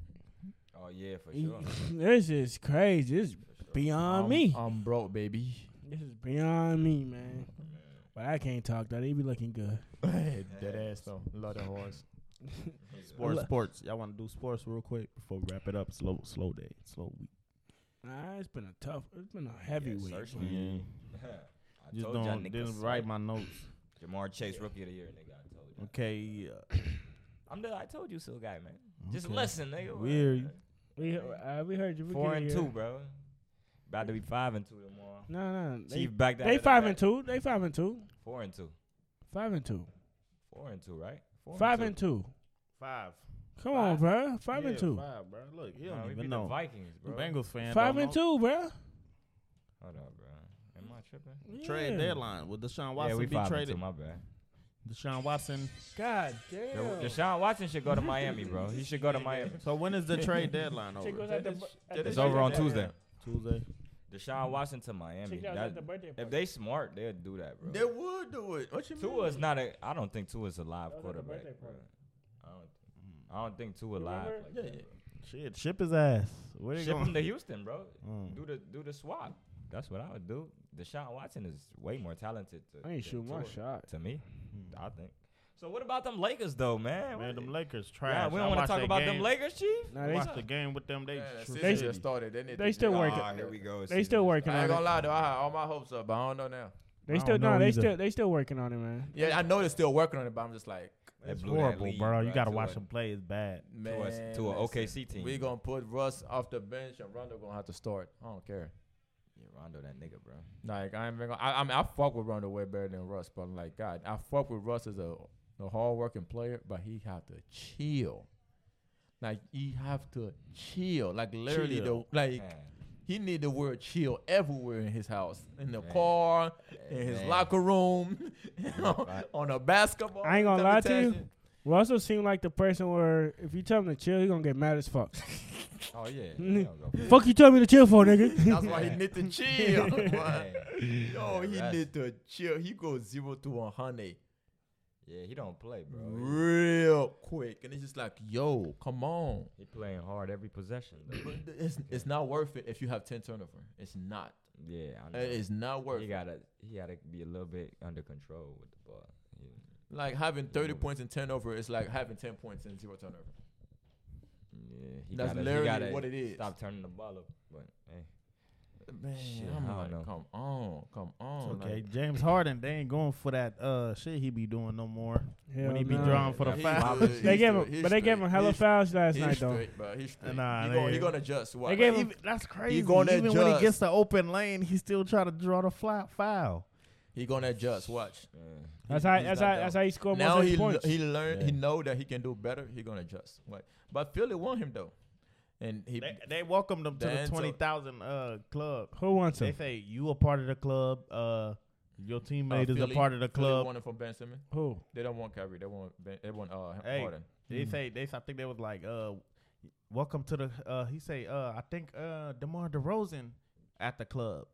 Oh yeah, for sure.
this is crazy. This is beyond
I'm,
me.
I'm broke, baby.
This is beyond me, man. But I can't talk though. They be looking good.
Dead ass though. Love the horse.
Sports, sports. Y'all want to do sports real quick before we wrap it up? Slow, slow day, slow week.
Nah, it's been a tough. It's been a heavy week.
search
man.
Yeah.
I
Just
told y'all
don't
niggas.
didn't write my notes.
Jamar Chase, rookie of the year, nigga. I told
Mm.
you.
Okay,
I'm the I told you so guy, man. Just
Okay.
listen, nigga.
We hear you.
We uh, we heard you. We
Four
can
and
hear.
two, bro. About to be five and two tomorrow.
No, no. They,
Chief back down.
they
to the
five
back.
and two. They five and two.
Four and two.
Five and two.
Four and two, right? Four
Five and two.
five.
Come on, bro. Five and
Yeah,
two.
Five, bro. Look, he
Nah,
don't
we beat
even
the
know.
Vikings, bro.
Bengals fan.
Five
don't
and
know.
two, bro.
Hold up, bro. Am I tripping?
Trade
Yeah.
deadline. Would Deshaun Watson
yeah, we
be
five and two.
traded?
My bad.
Deshaun Watson.
God damn.
Yo, Deshaun Watson should go to Miami, bro. He should go to Miami.
So when is the trade deadline
Chick was
over?
at the, bu- at
It's
the-
over on Tuesday.
Tuesday.
Deshaun Watson to Miami.
Chick that was
That-
at the birthday
if
party.
they smart, they'll do that, bro.
They would do it. What you mean?
Tua's not a. I don't think Tua's a
That was
live
at the
quarterback.
birthday
bro.
party.
I don't. thi- I
I don't think two alive.
remember?
Like that,
Shit, ship his ass. Where
bro.
they
Ship
going?
him to Houston, bro.
Mm.
Do the do the swap. That's what I would do. Deshaun Watson is way more talented. To,
I ain't
to
shoot my
Tua,
shot.
To me, I think. So what about them Lakers though, man?
Man,
What-
them Lakers trash.
yeah, we
I
don't want to
watched
talk
that
about
game.
them Lakers, chief.
Nah,
I
they,
watched the game with them. They
Yeah,
tr-
they
They-
just started. They, need
they
to
still
do-
working.
Ah,
here we go.
they still working
I ain't
on
gonna
it.
lie though. I had all my hopes up, but I don't know now.
I
They still
don't know
no. They
either.
still they still working on it, man.
Yeah, I know they're still working on it, but I'm just like,
it's
blew that
horrible,
lead,
bro. You
bro,
gotta
to
watch
a-
them play. It's bad.
man,
us- to a OKC team.
We gonna put Russ off the bench, and Rondo gonna have to start. I don't care.
Yeah, Rondo, that nigga, bro.
Like I ain't even gonna. I, I mean, I fuck with Rondo way better than Russ, but like God, I fuck with Russ as a a hard working player, but he have to chill. Like he have to chill. Like literally,
Chill.
the like
Man.
he need the word chill everywhere in his house, in the
Man.
car, in his
Man.
locker room, on,
Right.
a basketball.
I ain't gonna lie to you.
television.
Russell seemed like the person where if you tell him to chill, he gonna get mad as fuck.
Oh yeah. yeah,
Mm.
I'll go for it.
fuck you tell me to chill for, nigga.
That's why he need to chill. boy.
Yeah.
Yo, he
Russ.
need to chill. He goes zero to one hundred.
Yeah, he don't play, bro. He-
real quick, and it's just like, yo, come on.
He playing hard every possession. though.
But th- It's, it's not worth it if you have ten turnover. It's not.
yeah, I know.
It is not worth.
he
it.
gotta he gotta be a little bit under control with the ball. He-
Like having thirty points and turnover is like having ten points and zero turnover.
Yeah, he
That's
gotta, he
literally
gotta
what it is.
Stop turning the ball up, but hey,
Man,
Shit, I
I'm
don't
like,
know.
come on, come on.
It's okay,
like,
James Harden. They ain't going for that uh shit he be doing no more.
Hell
when he be
nah.
drawing for the
He's
foul.
good.
They
He's
gave
good.
him,
He's
but they gave
straight.
him hella
He's-
fouls last
he's
night though.
straight, bro. He's straight.
Nah,
he,
they-
gonna, he gonna adjust. Why?
They gave him.
Even, that's crazy.
gonna
Even when he
adjust.
gets the open lane, he still try to draw the fly, foul.
He gonna adjust. Watch.
man.
That's
He's-
how.
he's
That's
not
how.
down.
That's how he scored most
now
of
he
his
l-
points.
he learned
Yeah.
he know that he can do better. He gonna adjust. What? But Philly want him though, and he uh,
They, they welcomed him to the
Danzo-
twenty thousand uh club.
Who wants
They
him?
say you a part of the club. Uh, your
uh,
teammate is
Philly-
a part of the
Philly
club.
Want him from Ben Simmons.
Who?
They don't want Kyrie. They want ben, they want uh
Hey.
Harden.
They say they. I think they was like, uh, welcome to the. Uh, he say, uh, I think uh, Demar Derozan at the club.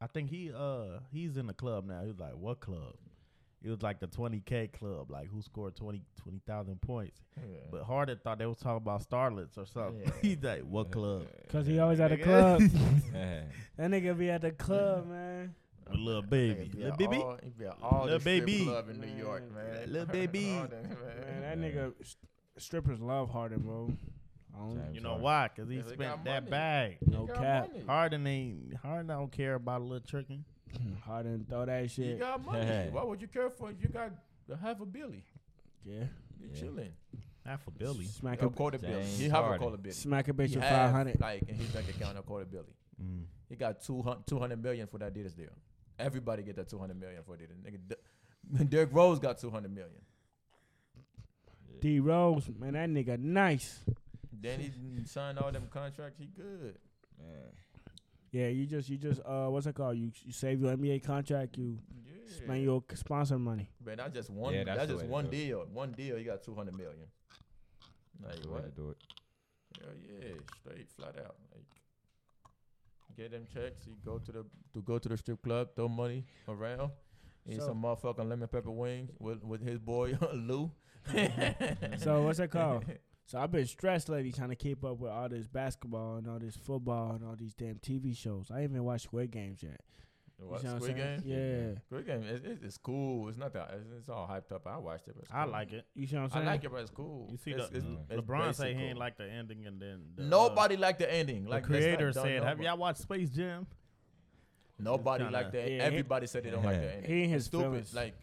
I think he uh he's in the club now. He was like, what club? It was like the twenty k club. Like who scored 20 20,000 points? But Harden thought they was talking about starlets or something. he's like, what club?
Cause he always at a
Nigga.
club.
Yeah.
that nigga be at the club, man.
A little baby, little baby.
he be at all
Lil
the strip
Baby.
club in New York,
Man,
man.
Lil Baby.
All them, man.
Man, that nigga. st- Strippers love Harden, bro. I don't-
James
You know
Harden.
why? Cause he
Yeah, they
spent
got
that
money.
bag.
No
He got
cap.
money.
Harden ain't Harden don't care about a little tricking.
Harden throw that
He
shit.
got money.
Yeah.
Why would you care for? You got half a billy.
Yeah.
You
Yeah.
chilling.
Not for Billy.
Smack
A
a
quarter billy.
James
He have a
Harden.
quarter billy.
smack a bitch
He
with
have,
five hundred.
Like in his bank account a quarter billy. He got 200, 200 million for that Adidas deal. Everybody get that two hundred million for Adidas. Nigga, D- Derrick Rose got two hundred million.
D Rose, man, that nigga nice.
Then he signed all them contracts. He good.
Man.
Yeah, you just you just uh what's it called? You you save your NBA contract, you spend your c- sponsor money.
Man, that's just one.
Yeah,
that's
that's the
just
way to
one
do it.
deal. One deal. You got two hundred million. Like
That's the way
what?
to do it.
Hell yeah, straight, flat out. Like get them checks. You go to the to go to the strip club, throw money around. Eat
So-
some motherfucking lemon pepper wings with with his boy Lou.
so what's it called? So I've been stressed lately trying to keep up with all this basketball and all this football and all these damn TV shows. I ain't even watched Squid Games yet. You
What,
see what I'm
Squid
saying?
Game?
Yeah.
Squid Game. It's, it's, it's cool. It's not that. It's, it's all hyped up. I watched it. But it's
I
cool.
like it.
You see what I'm
I
saying?
like it, but it's cool.
You see,
it's,
the,
it's,
Mm.
it's
LeBron say
basic
he ain't
cool.
like the ending, and then the, uh,
Mm. Nobody liked the ending.
the
Like that's not
creator
done
said, "Have
over.
y'all watched Space Jam?"
Nobody
kinda-
like that.
Yeah, he-
Everybody said they don't like that.
He and his
stupid.
feelings.
Like,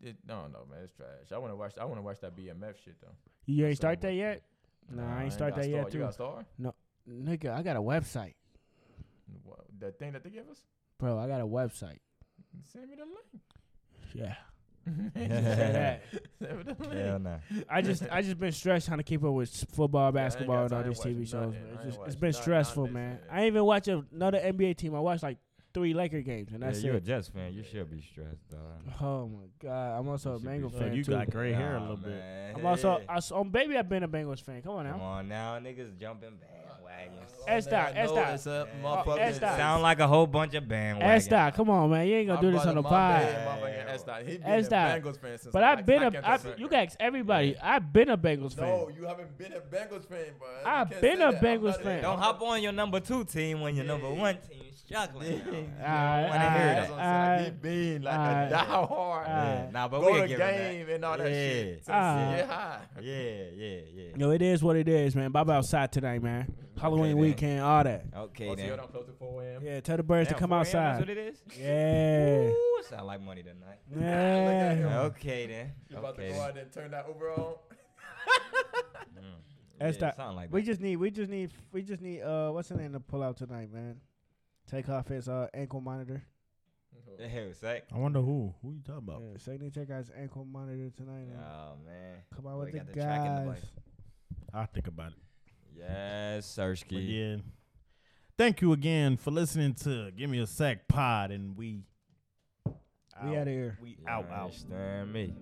it, no, no, man, it's trash. I want to watch. I want to watch that BMF shit though.
You ain't
So
start
what-
that yet? Nah, I ain't start
got
that
Star.
yet
You
too.
got Star?
Nigga, I got a website.
What, the thing that they give us?
Bro, I got a website.
Send me the link.
Yeah.
Send me the link.
Hell nah.
I just I just been stressed trying to keep up with s- football,
Yeah, I ain't got
basketball, and all
time
these
to watch
TV shows.
nothing.
man.
I
It's,
ain't
just, it's
watch
been
nothing.
stressful,
I'm
man.
just-
I ain't even watch another NBA team. I watched like three Laker games, and
Yeah,
that's
you a
it.
Jets fan. You should be stressed, dog.
Oh my god, I'm also a
should be
Bengals
so
fan
you
too.
got gray hair
Nah,
a little bit.
man.
I'm also I, s- oh, maybe I've been a Bengals fan. Come on
Come
now.
on now, niggas jumping back.
bandwagons.
S dot, S dot,
motherfucker.
S dot.
Sound like a whole bunch of
S
bandwagons.
dot. Come on, man, you ain't gonna do this on the pod. S dot. But I've been a. I, you guys, everybody. I've been a Bengals
No,
fan.
you haven't been a Bengals fan, bro. You
I've
can't
been
say
a
that. I'm
Bengals
not a-
fan.
Don't hop on your number two team when your number one team is struggling.
All right, all
wanna hear
right,
that.
That's what I'm saying. He
all
been like
Aight.
a diehard.
right.
Nah, but
Go
we'll
to
give 'em that.
game and all that
Yeah.
shit. So
Aight.
you get high.
Yeah, yeah, yeah.
Ah. No, it is what it is, man. Bob outside tonight, man. Halloween
then.
weekend, all that.
Oh,
Okay
See,
then.
I'm close to 4 a.m.
Yeah, tell the birds
Damn,
to come
4 a.m. That's
outside.
what it is.
Yeah.
Ooh, sound like money tonight.
Yeah.
Okay then.
You about
Okay.
to go out there and turn that over on?
then.
That's
Yeah,
that.
sound like
We
that.
just need, we just need, we just need. Uh, what's the name to pull out tonight, man? Take off his uh ankle monitor.
Yeah, it was like-
I wonder who. Who you talking about?
Yeah, so you need to take out his ankle monitor tonight. and
Oh man.
come out
boy
with the
got the track in the
guys.
bike.
I'll think about it.
Yes,
But yeah.
Sersky.
Thank you again for listening to Give Me a Sack Pod, and we.
We
out.
out of here.
We
You
out, out.
Understand me.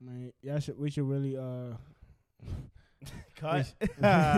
Man, y'all should. We should really. Uh,
Cut.